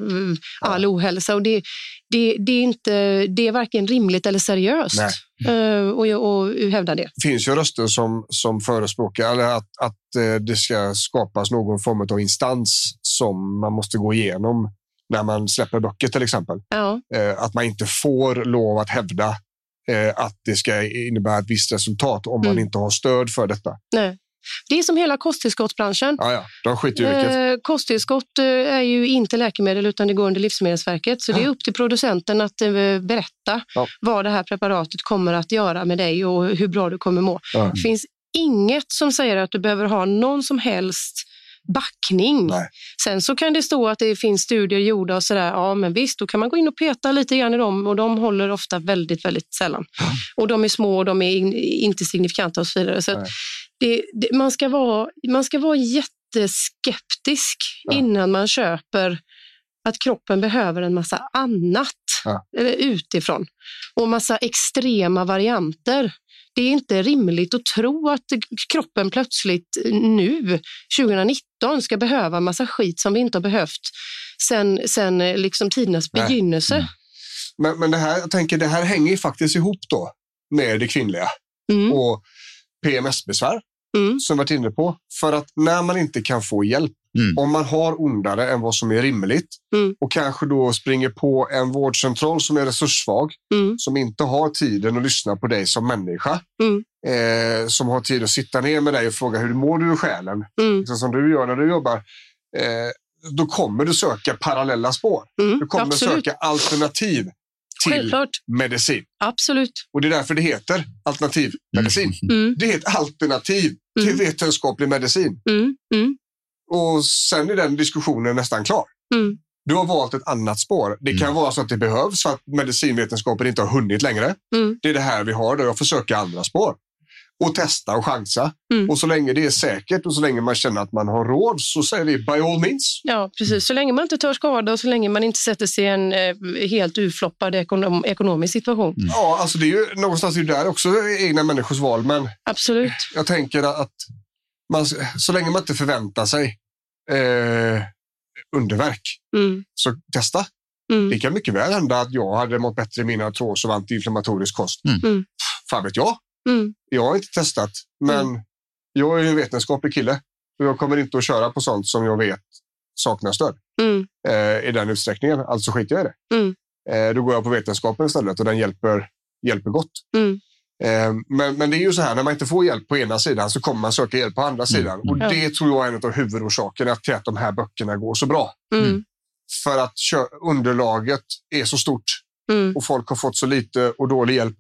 Speaker 5: all ohälsa. Och det, det, det, är inte, det är varken rimligt eller seriöst
Speaker 3: Mm.
Speaker 5: eh, och, och hävda det.
Speaker 3: Det finns ju röster som, som förespråkar eller att, att eh, det ska skapas någon form av instans som man måste gå igenom när man släpper böcker till exempel.
Speaker 5: Ja.
Speaker 3: Eh, Att man inte får lov att hävda eh, att det ska innebära ett visst resultat om man
Speaker 5: Mm.
Speaker 3: inte har stöd för detta.
Speaker 5: Nej. Det är som hela kosttillskottsbranschen.
Speaker 3: Ja, ja, de skiter ju i vilket.
Speaker 5: Eh, Kosttillskott eh, är ju inte läkemedel utan det går under Livsmedelsverket. Så det är upp till producenten att eh, berätta
Speaker 3: Ja.
Speaker 5: vad det här preparatet kommer att göra med dig och hur bra du kommer må.
Speaker 3: Ja.
Speaker 5: Det finns inget som säger att du behöver ha någon som helst backning.
Speaker 3: Nej.
Speaker 5: Sen så kan det stå att det finns studier gjorda och sådär. Ja, men visst, då kan man gå in och peta lite grann i dem och de håller ofta väldigt, väldigt sällan. Och de är små och de är in, inte signifikanta och så vidare. Så att
Speaker 3: Nej.
Speaker 5: det, det, man, ska vara, man ska vara jätteskeptisk
Speaker 3: Ja.
Speaker 5: innan man köper att kroppen behöver en massa annat
Speaker 3: Ja.
Speaker 5: eller utifrån och massa extrema varianter. Det är inte rimligt att tro att kroppen plötsligt nu, 2019, ska behöva massa skit som vi inte har behövt sen, sen liksom tidernas
Speaker 3: Nej.
Speaker 5: begynnelse.
Speaker 3: Men, men det, här, jag tänker, det här hänger ju faktiskt ihop då med det kvinnliga
Speaker 5: Mm.
Speaker 3: och PMS-besvär
Speaker 5: Mm.
Speaker 3: som vi varit inne på. För att när man inte kan få hjälp,
Speaker 4: Mm.
Speaker 3: om man har ondare än vad som är rimligt
Speaker 5: Mm.
Speaker 3: och kanske då springer på en vårdcentral som är resurssvag,
Speaker 5: Mm.
Speaker 3: som inte har tiden att lyssna på dig som människa,
Speaker 5: Mm.
Speaker 3: eh, som har tid att sitta ner med dig och fråga hur mår du i själen,
Speaker 5: Mm.
Speaker 3: liksom som du gör när du jobbar, eh, då kommer du söka parallella spår.
Speaker 5: Mm.
Speaker 3: Du kommer
Speaker 5: Absolut.
Speaker 3: söka alternativ till
Speaker 5: Självklart.
Speaker 3: medicin.
Speaker 5: Absolut.
Speaker 3: Och det är därför det heter alternativmedicin.
Speaker 5: Mm.
Speaker 3: Det är ett alternativ till
Speaker 5: Mm.
Speaker 3: vetenskaplig medicin.
Speaker 5: Mm. Mm.
Speaker 3: Och sen är den diskussionen nästan klar.
Speaker 5: Mm.
Speaker 3: Du har valt ett annat spår. Det kan
Speaker 4: Mm.
Speaker 3: vara så att det behövs för att medicinvetenskapen inte har hunnit längre.
Speaker 5: Mm.
Speaker 3: Det är det här vi har, där jag försöker andra spår. Och testa och chansa.
Speaker 5: Mm.
Speaker 3: Och så länge det är säkert och så länge man känner att man har råd så säger vi by all means.
Speaker 5: Ja, precis. Så länge man inte tar skada och så länge man inte sätter sig i en eh, helt urfloppad ekonom ekonomisk situation.
Speaker 4: Mm.
Speaker 3: Ja, alltså det är ju någonstans är ju där också egna människors val. Men
Speaker 5: Absolut.
Speaker 3: jag tänker att man, så länge man inte förväntar sig eh, underverk,
Speaker 5: Mm.
Speaker 3: så testa.
Speaker 5: Mm.
Speaker 3: Det kan mycket väl hända att jag hade mått bättre i mina artros av antiinflammatorisk kost.
Speaker 4: Mm.
Speaker 5: Mm.
Speaker 3: Fan vet jag.
Speaker 5: Mm.
Speaker 3: Jag har inte testat, men jag är ju en vetenskaplig kille och jag kommer inte att köra på sånt som jag vet saknar stöd
Speaker 5: Mm.
Speaker 3: eh, i den utsträckningen. Alltså skiter jag i det.
Speaker 5: Mm.
Speaker 3: Eh, då går jag på vetenskapen istället och den hjälper, hjälper gott.
Speaker 5: Mm.
Speaker 3: Eh, men, men det är ju så här, när man inte får hjälp på ena sidan så kommer man söka hjälp på andra sidan. Och
Speaker 5: Ja.
Speaker 3: det tror jag är en av huvudorsakerna till att de här böckerna går så bra.
Speaker 5: Mm.
Speaker 3: För att kö- underlaget är så stort
Speaker 5: Mm.
Speaker 3: och folk har fått så lite och dålig hjälp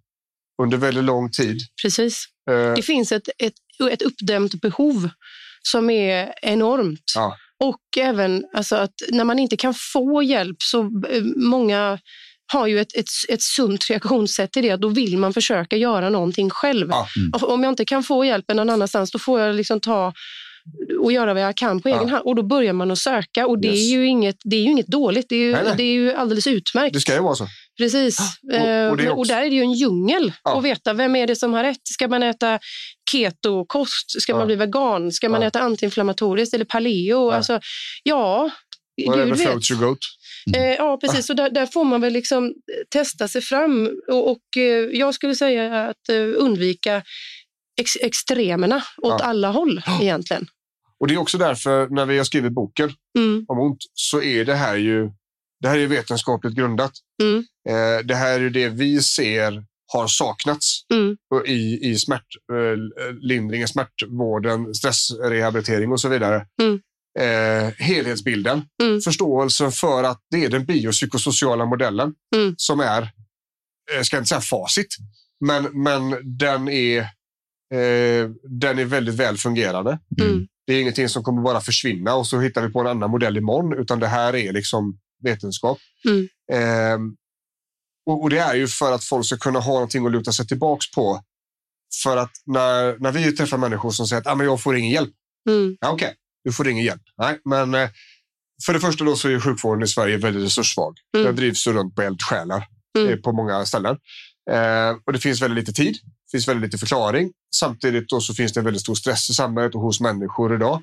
Speaker 3: under väldigt lång tid.
Speaker 5: Precis.
Speaker 3: Eh,
Speaker 5: Det finns ett, ett, ett uppdämt behov som är enormt.
Speaker 3: Ja.
Speaker 5: Och även alltså, att när man inte kan få hjälp så eh, många har ju ett, ett, ett sunt reaktionssätt till det. Då vill man försöka göra någonting själv.
Speaker 3: Ja.
Speaker 4: Mm.
Speaker 5: Och Om jag inte kan få hjälpen någon annanstans, då får jag liksom ta och göra vad jag kan på
Speaker 3: Ja.
Speaker 5: egen hand. Och då börjar man att söka. Och det,
Speaker 3: Yes.
Speaker 5: är, ju inget, det är ju inget dåligt. Det är ju,
Speaker 3: Nej, nej.
Speaker 5: Det är ju alldeles utmärkt.
Speaker 3: det ska ju vara så.
Speaker 5: Precis.
Speaker 3: Ah, och det är
Speaker 5: Eh,
Speaker 3: också-
Speaker 5: och där är det ju en djungel
Speaker 3: Ja.
Speaker 5: att veta vem är det som har rätt. Ska man äta keto-kost? Ska
Speaker 3: Ja.
Speaker 5: man bli vegan? Ska man
Speaker 3: Ja.
Speaker 5: äta antiinflammatoriskt eller paleo?
Speaker 3: Ja.
Speaker 5: Alltså, ja,
Speaker 3: Whatever
Speaker 5: gud vet.
Speaker 3: floats your goat.
Speaker 5: Eh, ja,
Speaker 3: Ah.
Speaker 5: precis. Och där, där får man väl liksom eh, testa sig fram. Och, och eh, jag skulle säga att eh, undvika ex- extremerna åt
Speaker 3: Ja.
Speaker 5: alla håll egentligen.
Speaker 3: Och det är också därför när vi har skrivit boken
Speaker 5: Mm,
Speaker 3: om ont så är det här ju det här är ju vetenskapligt grundat.
Speaker 5: Mm.
Speaker 3: Eh, det här är ju det vi ser har saknats
Speaker 5: Mm.
Speaker 3: och i, i smärtlindringen, smärtvården, stressrehabilitering och så vidare.
Speaker 5: Mm.
Speaker 3: Eh, helhetsbilden,
Speaker 5: Mm.
Speaker 3: förståelsen för att det är den biopsykosociala modellen
Speaker 5: Mm.
Speaker 3: som är, eh, jag ska inte säga facit, men, men den, är, eh, den är väldigt väl fungerande.
Speaker 5: mm,
Speaker 3: Det är ingenting som kommer bara försvinna och så hittar vi på en annan modell imorgon, utan det här är liksom vetenskap.
Speaker 5: Mm.
Speaker 3: Ehm, och, och det är ju för att folk ska kunna ha någonting att luta sig tillbaks på. För att när, när vi träffar människor som säger att ah, men jag får ingen hjälp.
Speaker 5: mm,
Speaker 3: Ja, Okej, du får ingen hjälp. Nej, men eh, för det första då så är sjukvården i Sverige väldigt resurssvag.
Speaker 5: Mm.
Speaker 3: Den drivs ju runt på eldsjälar
Speaker 5: Mm.
Speaker 3: eh, på många ställen. Eh, och det finns väldigt lite tid. Det finns väldigt lite förklaring. Samtidigt då så finns det en väldigt stor stress i samhället och hos människor idag.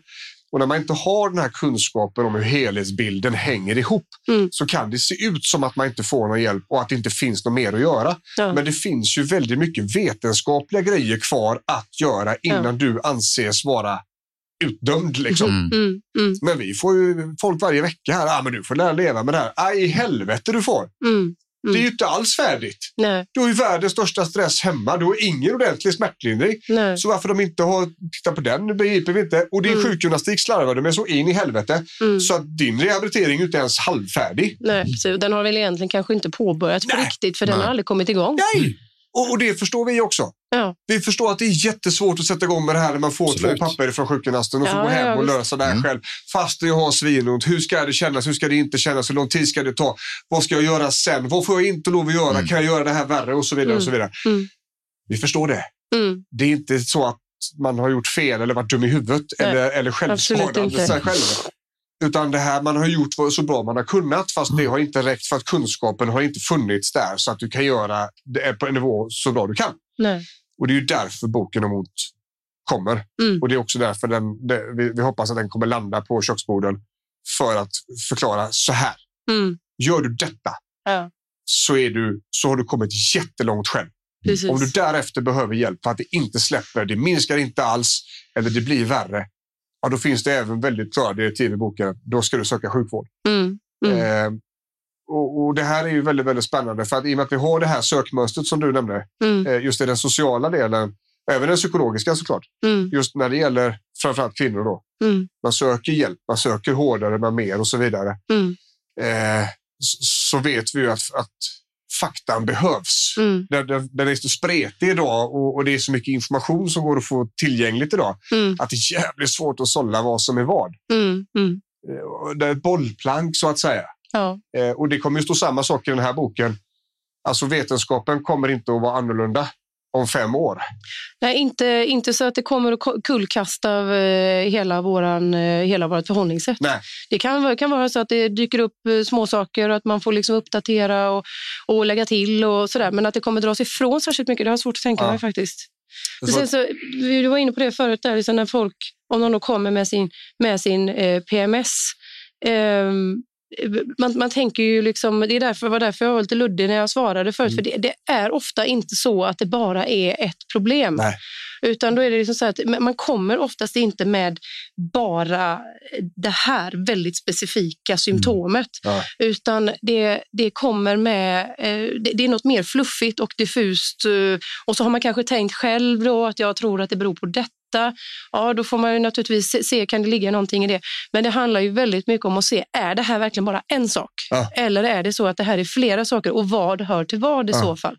Speaker 3: Och när man inte har den här kunskapen om hur helhetsbilden hänger ihop
Speaker 5: Mm.
Speaker 3: så kan det se ut som att man inte får någon hjälp och att det inte finns något mer att göra.
Speaker 5: Ja.
Speaker 3: Men det finns ju väldigt mycket vetenskapliga grejer kvar att göra innan du anses vara utdömd. Liksom.
Speaker 4: Mm.
Speaker 5: Mm, mm,
Speaker 3: Men vi får ju folk varje vecka här. Ah, men du får lära leva med det här. Ah, i helvete du får.
Speaker 5: mm.
Speaker 3: Det är ju inte alls färdigt.
Speaker 5: Nej,
Speaker 3: Du har ju världens största stress hemma. Du har ingen ordentlig smärtlindring.
Speaker 5: nej.
Speaker 3: Så varför de inte har tittat på den begriper vi inte. Och din
Speaker 5: Mm.
Speaker 3: sjukgymnastik slarvar du med så in i helvete.
Speaker 5: Mm.
Speaker 3: Så att din rehabilitering är inte ens halvfärdig.
Speaker 5: Nej, precis. Den har väl egentligen kanske inte påbörjats på
Speaker 3: Nej.
Speaker 5: riktigt, för den
Speaker 4: Nej.
Speaker 5: har aldrig kommit igång.
Speaker 3: Nej! Och, och det förstår vi också.
Speaker 5: Ja.
Speaker 3: Vi förstår att det är jättesvårt att sätta igång med det här när man får
Speaker 4: Absolut.
Speaker 3: två papper från sjukgymnasten och får
Speaker 5: Ja,
Speaker 3: gå
Speaker 5: ja,
Speaker 3: hem och
Speaker 5: visst.
Speaker 3: lösa det här
Speaker 4: Mm.
Speaker 3: själv. Fast jag har svinont. Hur ska det kännas? Hur ska det inte kännas? Hur lång tid ska det ta? Vad ska jag göra sen? Vad får jag inte lov att göra?
Speaker 4: Mm.
Speaker 3: Kan jag göra det här värre? Och så vidare. Och så vidare.
Speaker 5: Mm.
Speaker 3: Vi förstår det.
Speaker 5: Mm.
Speaker 3: det är inte så att man har gjort fel eller varit dum i huvudet
Speaker 5: Nej,
Speaker 3: eller, eller självskadande
Speaker 5: absolut inte.
Speaker 3: sig själv. Utan det här man har gjort var så bra man har kunnat fast det har inte räckt för att kunskapen har inte funnits där så att du kan göra det på en nivå så bra du kan.
Speaker 5: Nej.
Speaker 3: Och det är ju därför boken om ont kommer.
Speaker 5: Mm.
Speaker 3: Och det är också därför den, det, vi, vi hoppas att den kommer landa på köksborden för att förklara så här.
Speaker 5: Mm.
Speaker 3: Gör du detta
Speaker 5: Ja,
Speaker 3: så, är du, så har du kommit jättelångt själv.
Speaker 5: precis.
Speaker 3: Om du därefter behöver hjälp för att det inte släpper, det minskar inte alls eller det blir värre. Ja, då finns det även väldigt klara direktiv i boken. Då ska du söka sjukvård.
Speaker 5: Mm. Mm.
Speaker 3: Eh, och, och Det här är ju väldigt, väldigt spännande för att i och med att vi har det här sökmönstret som du nämnde,
Speaker 5: Mm.
Speaker 3: eh, just i den sociala delen, även den psykologiska såklart,
Speaker 5: Mm.
Speaker 3: just när det gäller framförallt kvinnor då.
Speaker 5: Mm.
Speaker 3: Man söker hjälp, man söker hårdare, man mer och så vidare.
Speaker 5: Mm.
Speaker 3: Eh, s- så vet vi ju att, att faktan behövs
Speaker 5: Mm.
Speaker 3: den, den, den är så spretig idag och, och det är så mycket information som går att få tillgängligt idag
Speaker 5: Mm.
Speaker 3: att det är jävligt svårt att sålla vad som är vad.
Speaker 5: Mm. Mm.
Speaker 3: Eh, och Det är ett bollplank så att säga.
Speaker 5: Ja.
Speaker 3: Eh, Och det kommer ju stå samma sak i den här boken. Alltså vetenskapen kommer inte att vara annorlunda om fem år.
Speaker 5: Nej, inte, inte så att det kommer att ko- kullkasta eh, hela, våran, eh, hela vårt förhållningssätt.
Speaker 3: Nej.
Speaker 5: Det kan, vara- kan vara så att det dyker upp eh, små saker och att man får liksom uppdatera och, och lägga till och sådär. Men att det kommer dras ifrån särskilt mycket, det har jag svårt att tänka
Speaker 3: Ja.
Speaker 5: mig faktiskt.
Speaker 3: Jag
Speaker 5: Men
Speaker 3: tror
Speaker 5: Sen
Speaker 3: att-
Speaker 5: så, du var inne på det förut, där, liksom när folk, om de då kommer med sin, med sin eh, PMS. ehm, man, man tänker ju liksom, det är därför, det var därför jag var lite luddig när jag svarade förut. För det, det är ofta inte så att det bara är ett problem.
Speaker 3: Nej.
Speaker 5: Utan då är det liksom så att man man kommer oftast inte med bara det här väldigt specifika symptomet.
Speaker 3: Mm. Ja.
Speaker 5: Utan det, det kommer med, eh, det, det är något mer fluffigt och diffust. eh, Och så har man kanske tänkt själv då att jag tror att det beror på detta. Ja, då får man ju naturligtvis se- se, kan det ligga någonting i det? Men det handlar ju väldigt mycket om att se, är det här verkligen bara en sak?
Speaker 3: Ja.
Speaker 5: Eller är det så att det här är flera saker och vad hör till vad i
Speaker 3: Ja.
Speaker 5: så fall?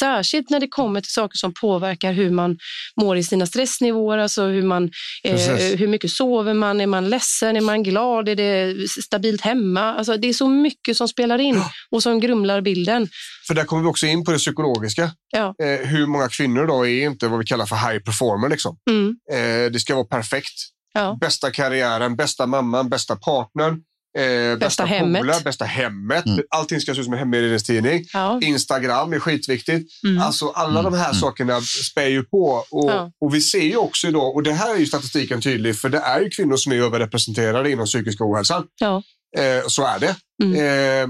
Speaker 5: Särskilt när det kommer till saker som påverkar hur man mår i sina stressnivåer, alltså hur, man, eh,
Speaker 3: Precis.
Speaker 5: hur mycket sover man, är man ledsen, är man glad, är det stabilt hemma? Alltså, det är så mycket som spelar in och som grumlar bilden.
Speaker 3: För där kommer vi också in på det psykologiska.
Speaker 5: Ja.
Speaker 3: Eh, hur många kvinnor då är inte vad vi kallar för high performer. Liksom.
Speaker 5: Mm.
Speaker 3: Eh, det ska vara perfekt.
Speaker 5: Ja.
Speaker 3: bästa karriären, bästa mamman, bästa partnern, eh, bästa,
Speaker 5: hemmet.
Speaker 3: polare, bästa hemmet.
Speaker 4: Mm.
Speaker 3: Allting ska se ut som en hemmeredstidning.
Speaker 5: Ja.
Speaker 3: Instagram är skitviktigt.
Speaker 5: Mm.
Speaker 3: Alltså alla
Speaker 4: Mm,
Speaker 3: de här
Speaker 4: mm.
Speaker 3: sakerna spär ju på. Och,
Speaker 5: Ja.
Speaker 3: och vi ser ju också idag, och det här är ju statistiken tydlig, för det är ju kvinnor som är överrepresenterade inom psykisk ohälsa.
Speaker 5: Ja.
Speaker 3: Eh, så är det.
Speaker 5: Mm.
Speaker 3: Eh,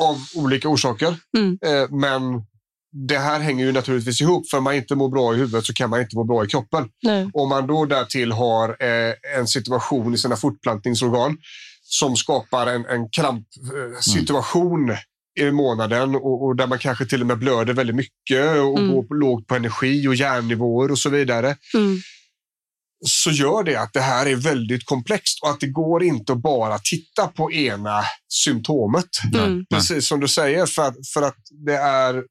Speaker 3: av olika orsaker.
Speaker 5: Mm.
Speaker 3: Eh, men det här hänger ju naturligtvis ihop. För om man inte mår bra i huvudet så kan man inte må bra i kroppen.
Speaker 5: Nej.
Speaker 3: Om man då därtill har eh, en situation i sina fortplantningsorgan som skapar en, en krampsituation eh, i månaden och, och där man kanske till och med blöder väldigt mycket och
Speaker 5: Mm.
Speaker 3: går på, lågt på energi och järnnivåer och så vidare
Speaker 5: Mm.
Speaker 3: så gör det att det här är väldigt komplext och att det går inte att bara titta på ena symptomet.
Speaker 4: Nej,
Speaker 5: Mm.
Speaker 4: nej.
Speaker 3: Precis som du säger, för att, för att det är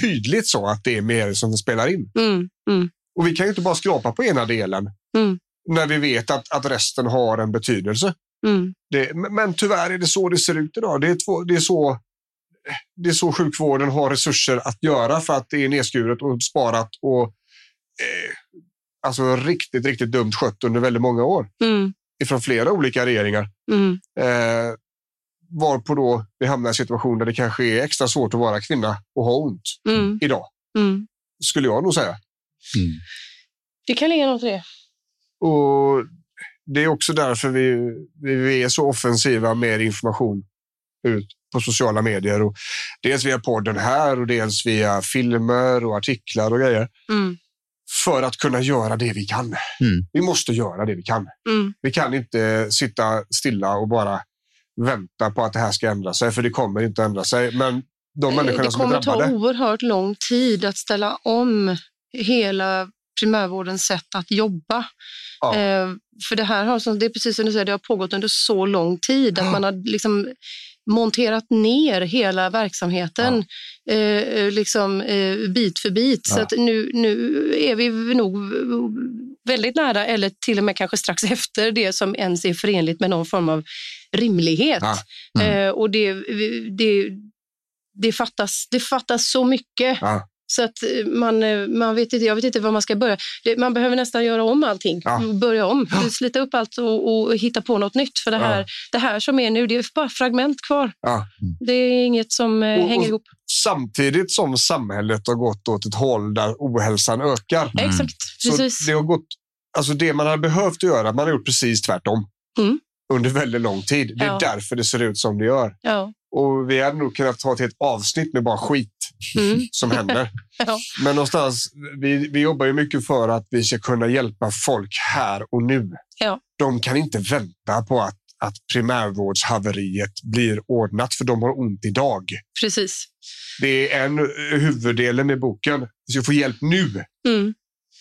Speaker 3: tydligt så att det är mer som spelar in.
Speaker 5: Mm. Mm.
Speaker 3: Och vi kan ju inte bara skrapa på ena delen
Speaker 5: Mm.
Speaker 3: när vi vet att, att resten har en betydelse.
Speaker 5: Mm.
Speaker 3: Det, men men tyvärr är det så det ser ut idag. Det är, två, det är, så, det är så sjukvården har resurser att göra för att det är nedskuret och sparat och eh, alltså riktigt, riktigt dumt skött under väldigt många år
Speaker 5: Mm.
Speaker 3: ifrån flera olika regeringar.
Speaker 5: Mm.
Speaker 3: Eh, varpå då vi hamnar i en situation där det kanske är extra svårt att vara kvinna och ha ont
Speaker 5: Mm,
Speaker 3: idag,
Speaker 5: mm.
Speaker 3: skulle jag nog säga.
Speaker 5: Det kan ligga något i det.
Speaker 3: Och det är också därför vi, vi är så offensiva med information ut på sociala medier. Och dels via podden här och dels via filmer och artiklar och grejer.
Speaker 5: Mm,
Speaker 3: För att kunna göra det vi kan.
Speaker 4: Mm.
Speaker 3: Vi måste göra det vi kan.
Speaker 5: mm,
Speaker 3: Vi kan inte sitta stilla och bara vänta på att det här ska ändra sig, för det kommer inte ändra sig. Men de människorna
Speaker 5: Det
Speaker 3: som är
Speaker 5: kommer ta
Speaker 3: drabbade.
Speaker 5: oerhört lång tid att ställa om hela primärvårdens sätt att jobba.
Speaker 3: Ja.
Speaker 5: Eh, för det här har, som- det är precis som du säger, det har pågått under så lång tid att man har liksom monterat ner hela verksamheten eh, liksom, eh, bit för bit. Så
Speaker 3: Ja.
Speaker 5: att nu, nu är vi nog väldigt nära, eller till och med kanske strax efter det som ens är förenligt med någon form av rimlighet.
Speaker 3: Ja.
Speaker 4: Mm.
Speaker 5: Eh, och det, vi- det, det, fattas, det fattas så mycket.
Speaker 3: Ja.
Speaker 5: Så att eh, man, eh, man vet inte, jag vet inte var man ska börja. Det- Man behöver nästan göra om allting.
Speaker 3: Ja.
Speaker 5: Börja om, slita upp allt och, och hitta på något nytt. För det här,
Speaker 3: Ja.
Speaker 5: det här som är nu, det är bara fragment kvar.
Speaker 3: Ja.
Speaker 5: Det är inget som eh,
Speaker 3: Och- och-
Speaker 5: hänger ihop.
Speaker 3: Samtidigt som samhället har gått åt ett håll där ohälsan ökar.
Speaker 4: Mm.
Speaker 5: Exakt,
Speaker 3: Så
Speaker 5: precis.
Speaker 3: det, har gått, alltså det man har behövt göra, man har gjort precis tvärtom.
Speaker 5: Mm.
Speaker 3: Under väldigt lång tid. Det är
Speaker 5: Ja.
Speaker 3: därför det ser ut som det gör.
Speaker 5: Ja.
Speaker 3: Och vi hade nog kunnat ta ett helt avsnitt med bara skit
Speaker 5: Mm.
Speaker 3: som händer.
Speaker 5: Ja.
Speaker 3: Men någonstans, vi, vi jobbar ju mycket för att vi ska kunna hjälpa folk här och nu.
Speaker 5: Ja.
Speaker 3: De kan inte vänta på att, att primärvårdshaveriet blir ordnat, för de har ont idag.
Speaker 5: Precis.
Speaker 3: Det är en eh, huvuddelen i boken. Så jag får hjälp nu.
Speaker 5: Mm.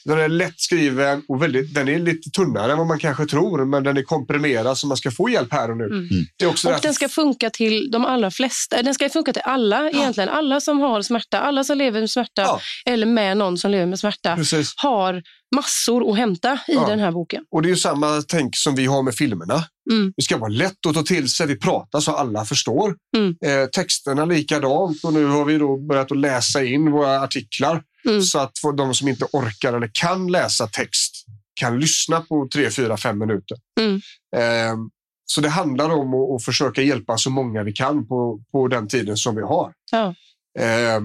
Speaker 3: Den är lättskriven och väldigt, den är lite tunnare än vad man kanske tror, men den är komprimerad så man ska få hjälp här och nu.
Speaker 5: Mm.
Speaker 3: Det är också
Speaker 5: Och
Speaker 3: därför-
Speaker 5: den ska funka till de allra flesta. Den ska funka till alla egentligen. Alla som har smärta, alla som lever med smärta
Speaker 3: Ja.
Speaker 5: eller med någon som lever med smärta
Speaker 3: Precis.
Speaker 5: har massor att hämta i
Speaker 3: Ja.
Speaker 5: den här boken.
Speaker 3: Och det är ju samma tänk som vi har med filmerna.
Speaker 5: Mm.
Speaker 3: Det ska vara lätt att ta till sig. Vi pratar så alla förstår.
Speaker 5: Mm.
Speaker 3: Eh, texterna likadant och nu har vi då börjat att läsa in våra artiklar
Speaker 5: Mm.
Speaker 3: så att för de som inte orkar eller kan läsa text kan lyssna på tre, fyra, fem minuter.
Speaker 5: Mm.
Speaker 3: Eh, så det handlar om att, att försöka hjälpa så många vi kan på, på den tiden som vi har.
Speaker 5: Ja.
Speaker 3: Eh,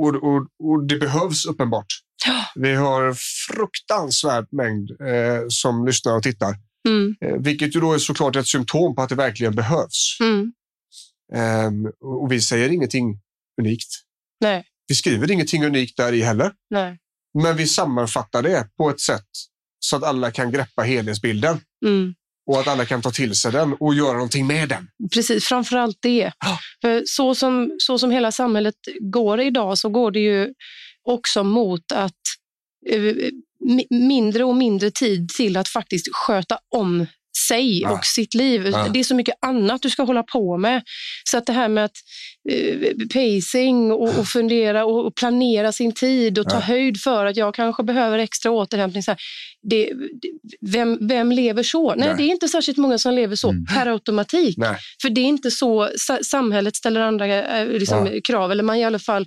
Speaker 3: och, och, och det behövs uppenbart.
Speaker 5: Ja.
Speaker 3: Vi har en fruktansvärd mängd eh, som lyssnar och tittar.
Speaker 5: Mm.
Speaker 3: Eh, vilket ju då är såklart ett symptom på att det verkligen behövs.
Speaker 5: Mm.
Speaker 3: Ehm, och och vi säger ingenting unikt.
Speaker 5: Nej.
Speaker 3: Vi skriver ingenting unikt där i heller.
Speaker 5: Nej.
Speaker 3: Men vi sammanfattar det på ett sätt så att alla kan greppa helhetsbilden
Speaker 5: Mm.
Speaker 3: och att alla kan ta till sig den och göra någonting med den.
Speaker 5: Precis, framförallt det.
Speaker 3: Ja.
Speaker 5: För så som, så som hela samhället går idag så går det ju också mot att eh, mi- mindre och mindre tid till att faktiskt sköta om sig
Speaker 3: Ja.
Speaker 5: och sitt liv.
Speaker 3: Ja.
Speaker 5: Det är så mycket annat du ska hålla på med. Så att det här med att eh, pacing och, och fundera och, och planera sin tid och ta
Speaker 3: Ja.
Speaker 5: höjd för att jag kanske behöver extra återhämtning. Så här, det, det- vem, vem lever så? Nej,
Speaker 3: Nej.
Speaker 5: det är inte särskilt många som lever så
Speaker 4: Mm.
Speaker 5: per automatik.
Speaker 3: Nej.
Speaker 5: För det är inte så sa- samhället ställer andra eh, liksom, krav, eller man i alla fall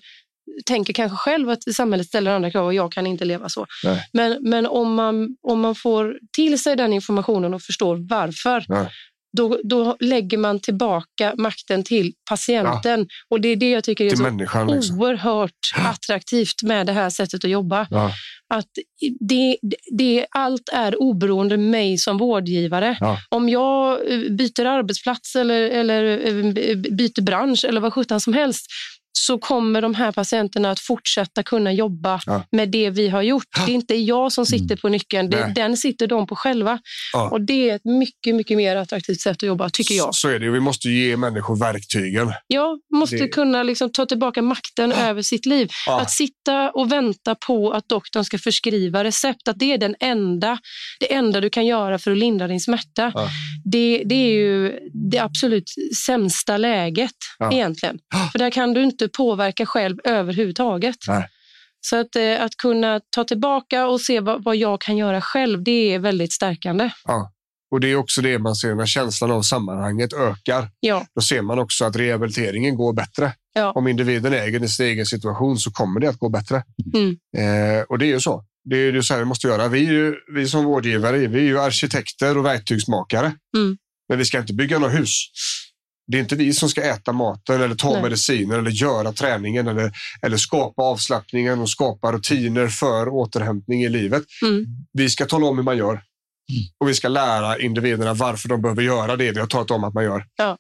Speaker 5: tänker kanske själv att samhället ställer andra krav och jag kan inte leva så.
Speaker 3: Nej.
Speaker 5: Men, men om, man, om man får till sig den informationen och förstår varför,
Speaker 3: Nej.
Speaker 5: då, då lägger man tillbaka makten till patienten. Och det är det jag tycker är
Speaker 3: Till
Speaker 5: så
Speaker 3: människan. Liksom.
Speaker 5: oerhört attraktivt med det här sättet att jobba.
Speaker 3: Ja.
Speaker 5: Att det, det, allt är oberoende mig som vårdgivare.
Speaker 3: Ja.
Speaker 5: Om jag eh, byter arbetsplats eller, eller eh, b- byter bransch eller vad sjutton som helst så kommer de här patienterna att fortsätta kunna jobba
Speaker 3: Ja. Mm.
Speaker 5: med det vi har gjort. Det är inte jag som sitter på nyckeln, det,
Speaker 3: Nej.
Speaker 5: den sitter de på själva.
Speaker 3: Ja.
Speaker 5: Och Det är ett mycket, mycket mer attraktivt sätt att jobba, tycker jag.
Speaker 3: Så är det. ju. Vi måste ju ge människor verktygen.
Speaker 5: Jag måste
Speaker 3: Det-
Speaker 5: kunna liksom ta tillbaka makten över sitt liv.
Speaker 3: Ja.
Speaker 5: Att sitta och vänta på att doktorn ska förskriva recept, att det är den enda, det enda du kan göra för att lindra din smärta.
Speaker 3: Ja.
Speaker 5: Det, det är ju det absolut sämsta läget
Speaker 3: Ja.
Speaker 5: egentligen. För där kan du inte påverka själv överhuvudtaget.
Speaker 3: Nej.
Speaker 5: Så att, eh, att kunna ta tillbaka och se vad, vad jag kan göra själv, det är väldigt stärkande.
Speaker 3: Och Det är också det man ser när känslan av sammanhanget ökar.
Speaker 5: Ja,
Speaker 3: Då ser man också att rehabiliteringen går bättre.
Speaker 5: Ja.
Speaker 3: Om individen äger sin egen situation så kommer det att gå bättre.
Speaker 5: Mm.
Speaker 3: Eh, och det är ju så. Det är ju så här vi måste göra. Vi, är ju, vi som vårdgivare, vi är ju arkitekter och verktygsmakare.
Speaker 5: Mm.
Speaker 3: Men vi ska inte bygga några hus. Det är inte vi som ska äta maten eller ta
Speaker 5: Nej.
Speaker 3: mediciner eller göra träningen eller, eller skapa avslappningen och skapa rutiner för återhämtning i livet.
Speaker 5: Mm.
Speaker 3: Vi ska tala om hur man gör och vi ska lära individerna varför de behöver göra det vi har talat om att man gör.
Speaker 5: Ja.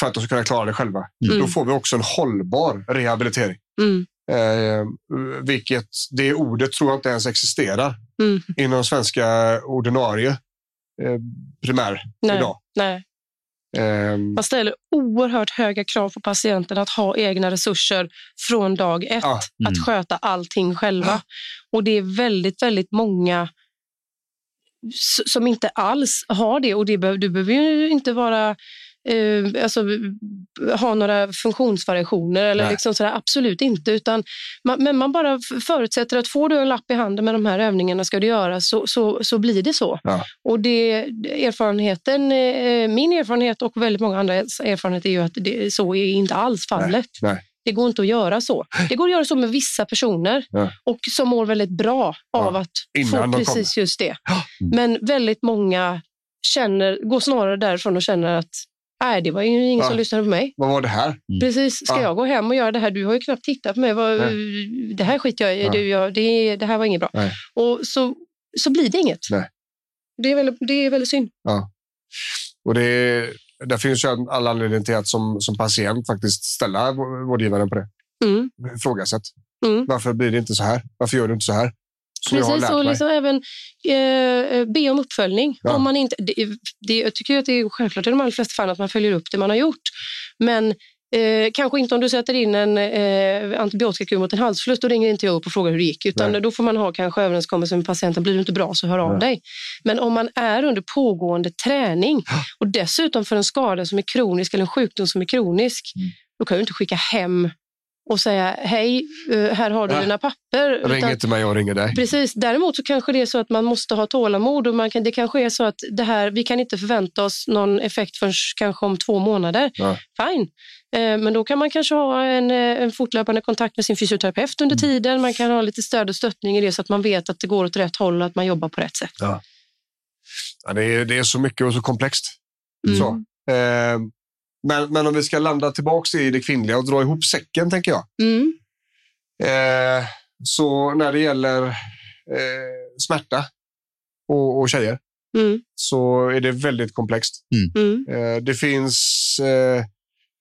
Speaker 3: För att de ska kunna klara det själva.
Speaker 5: Mm.
Speaker 3: Då får vi också en hållbar rehabilitering.
Speaker 5: Mm.
Speaker 3: Eh, vilket det ordet tror jag inte ens existerar
Speaker 5: Mm.
Speaker 3: inom svenska ordinarie eh, primär
Speaker 5: Nej.
Speaker 3: idag.
Speaker 5: Nej.
Speaker 3: Eh,
Speaker 5: Man ställer oerhört höga krav på patienten att ha egna resurser från dag ett.
Speaker 3: Ja,
Speaker 4: mm.
Speaker 5: Att sköta allting själva. Och det är väldigt, väldigt många s- som inte alls har det. Och det behöver, du behöver ju inte vara eh, alltså, ha några funktionsvariationer eller
Speaker 3: Nej.
Speaker 5: liksom sådär, absolut inte. Utan man, men man bara f- förutsätter att får du en lapp i handen med de här övningarna ska du göra så, så, så blir det så.
Speaker 3: Ja.
Speaker 5: Och det, erfarenheten, eh, min erfarenhet och väldigt många andras erfarenhet är ju att det, så är inte alls fallet.
Speaker 3: nej.
Speaker 5: Det går inte att göra så. Det går att göra så med vissa personer
Speaker 3: Ja.
Speaker 5: och som mår väldigt bra av
Speaker 3: Ja,
Speaker 5: att
Speaker 3: innan
Speaker 5: få
Speaker 3: de
Speaker 5: precis just det. Mm.
Speaker 3: Ja.
Speaker 5: Men väldigt många känner, går snarare därifrån och känner att nej, det var ju ingen
Speaker 3: Ja.
Speaker 5: som lyssnade på mig.
Speaker 3: vad var det här?
Speaker 5: Precis, ska
Speaker 3: Ja.
Speaker 5: jag gå hem och göra det här? Du har ju knappt tittat på mig. Vad, det här skiter jag i.
Speaker 3: Nej.
Speaker 5: Du, jag, det, det här var inget bra.
Speaker 3: Nej.
Speaker 5: Och så, så blir det inget.
Speaker 3: Nej.
Speaker 5: Det, är väldigt, det är väldigt synd.
Speaker 3: Och det, där finns ju alla anledningar till att som, som patient faktiskt ställa vår- vårdgivaren på det.
Speaker 5: Mm.
Speaker 3: Ifrågasätt.
Speaker 5: Mm.
Speaker 3: Varför blir det inte så här? Varför gör du inte så här? Som jag har
Speaker 5: Precis,
Speaker 3: lärt
Speaker 5: och
Speaker 3: mig.
Speaker 5: liksom även eh, be om uppföljning.
Speaker 3: Ja.
Speaker 5: Om man inte, det, det, jag tycker ju att det är självklart i de allra flesta fallen att man följer upp det man har gjort. Men eh, kanske inte om du sätter in en eh, antibiotikakur mot en halsfluss, då ringer inte jag upp och frågar hur det gick. Utan
Speaker 3: Nej.
Speaker 5: då får man ha kanske överenskommelse med patienten, blir du inte bra så hör av
Speaker 3: Nej.
Speaker 5: dig. Men om man är under pågående träning och dessutom för en skada som är kronisk eller en sjukdom som är kronisk,
Speaker 3: Mm.
Speaker 5: då kan du inte skicka hem och säga hej, eh, här har du
Speaker 3: Nej.
Speaker 5: dina papper.
Speaker 3: Ring
Speaker 5: utan-
Speaker 3: inte mig, jag Äh. ringer dig.
Speaker 5: Precis. Däremot så kanske det är så att man måste ha tålamod och man kan, det kanske är så att det här, vi kan inte förvänta oss någon effekt förrän kanske om två månader.
Speaker 3: Ja.
Speaker 5: Fine. Eh, Men då kan man kanske ha en, eh, en fortlöpande kontakt med sin fysioterapeut under tiden. Man kan ha lite stöd och stöttning i det så att man vet att det går åt rätt håll och att man jobbar på rätt sätt.
Speaker 3: Ja, det, är, det är så mycket och så komplext.
Speaker 5: Mm.
Speaker 3: Så. Eh, men, men om vi ska landa tillbaka i det kvinnliga och dra ihop säcken, tänker jag.
Speaker 5: Mm.
Speaker 3: Eh, så när det gäller eh, smärta och, och tjejer
Speaker 5: Mm.
Speaker 3: så är det väldigt komplext.
Speaker 5: Mm.
Speaker 3: Eh, det finns eh,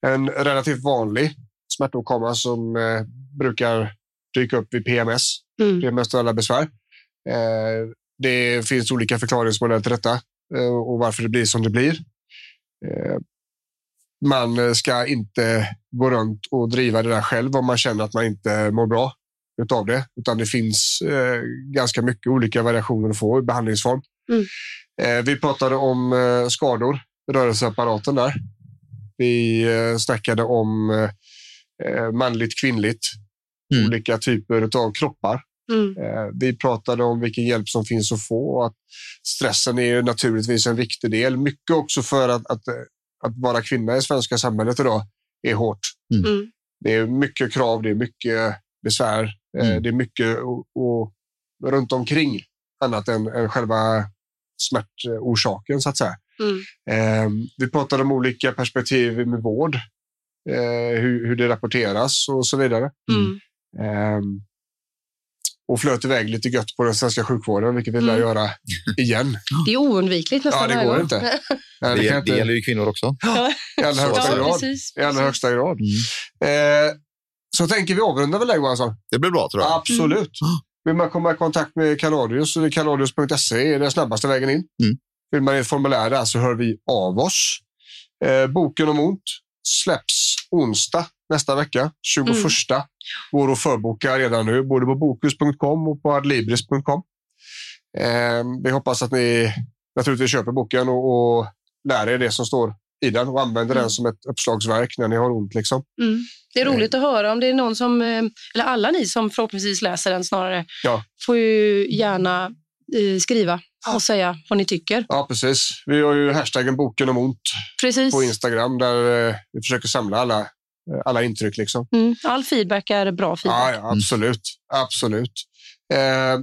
Speaker 3: en relativt vanlig smärtåkomma som eh, brukar dyka upp vid PMS,
Speaker 5: Mm.
Speaker 3: premenstruella besvär. Eh, det finns olika förklaringsmodeller till detta eh, och varför det blir som det blir. Eh, man eh, ska inte gå runt och driva det där själv om man känner att man inte mår bra utav det, utan det finns eh, ganska mycket olika variationer att få i behandlingsform.
Speaker 5: Mm.
Speaker 3: Eh, vi pratade om eh, skador i rörelseapparaten där. Vi eh, snackade om eh, manligt kvinnligt,
Speaker 4: Mm.
Speaker 3: olika typer av kroppar.
Speaker 5: Mm.
Speaker 3: Eh, Vi pratade om vilken hjälp som finns att få och att stressen är ju naturligtvis en viktig del. Mycket också för att, att, eh, att vara kvinna i svenska samhället idag är hårt.
Speaker 4: Mm.
Speaker 5: Mm.
Speaker 3: Det är mycket krav, det är mycket besvär, eh,
Speaker 4: Mm.
Speaker 3: det är mycket och, och runt omkring annat än, än själva smärtorsaken så att säga.
Speaker 5: Mm.
Speaker 3: Eh, Vi pratade om olika perspektiv med vård, eh, hur, hur det rapporteras och så vidare.
Speaker 5: Mm.
Speaker 3: Ehm, och flöt iväg lite gött på den svenska sjukvården, vilket vi lär
Speaker 5: Mm.
Speaker 3: göra igen.
Speaker 5: Det är oundvikligt nästan
Speaker 3: Ja, det
Speaker 5: varje
Speaker 3: går
Speaker 5: gång.
Speaker 3: inte. Eh,
Speaker 4: det,
Speaker 3: kan
Speaker 4: gäller-
Speaker 3: inte-
Speaker 4: det gäller ju kvinnor också.
Speaker 3: I allra
Speaker 4: Ja,
Speaker 3: högsta
Speaker 5: Ja,
Speaker 3: grad.
Speaker 5: precis.
Speaker 3: I allra högsta grad.
Speaker 4: Mm.
Speaker 3: Eh, så tänker vi avrunda väl där, Johansson?
Speaker 4: Det blir bra tror jag.
Speaker 3: Absolut. Vill man komma i kontakt med Kaladius så är det kaladius.se är den snabbaste vägen in.
Speaker 4: Mm.
Speaker 3: Vill man i ett formulär där så hör vi av oss. Eh, boken om ont släpps onsdag nästa vecka, 21. Går att förboka redan nu, både på bokus.com och på adlibris.com. Eh, vi hoppas att ni naturligtvis köper boken och, och lär er det som står i den och använder den som ett uppslagsverk när ni har ont. Liksom.
Speaker 5: Mm. Det är roligt att höra om det är någon som, eh, eller alla ni som förhoppningsvis läser den snarare,
Speaker 3: Ja.
Speaker 5: får ju gärna eh, skriva och säga vad ni tycker.
Speaker 3: Ja, precis. Vi har ju hashtaggen boken om ont
Speaker 5: Precis.
Speaker 3: på Instagram där eh, vi försöker samla alla, eh, alla intryck. Liksom.
Speaker 5: Mm. All feedback är bra feedback.
Speaker 3: Ja, ja, absolut. absolut. Eh,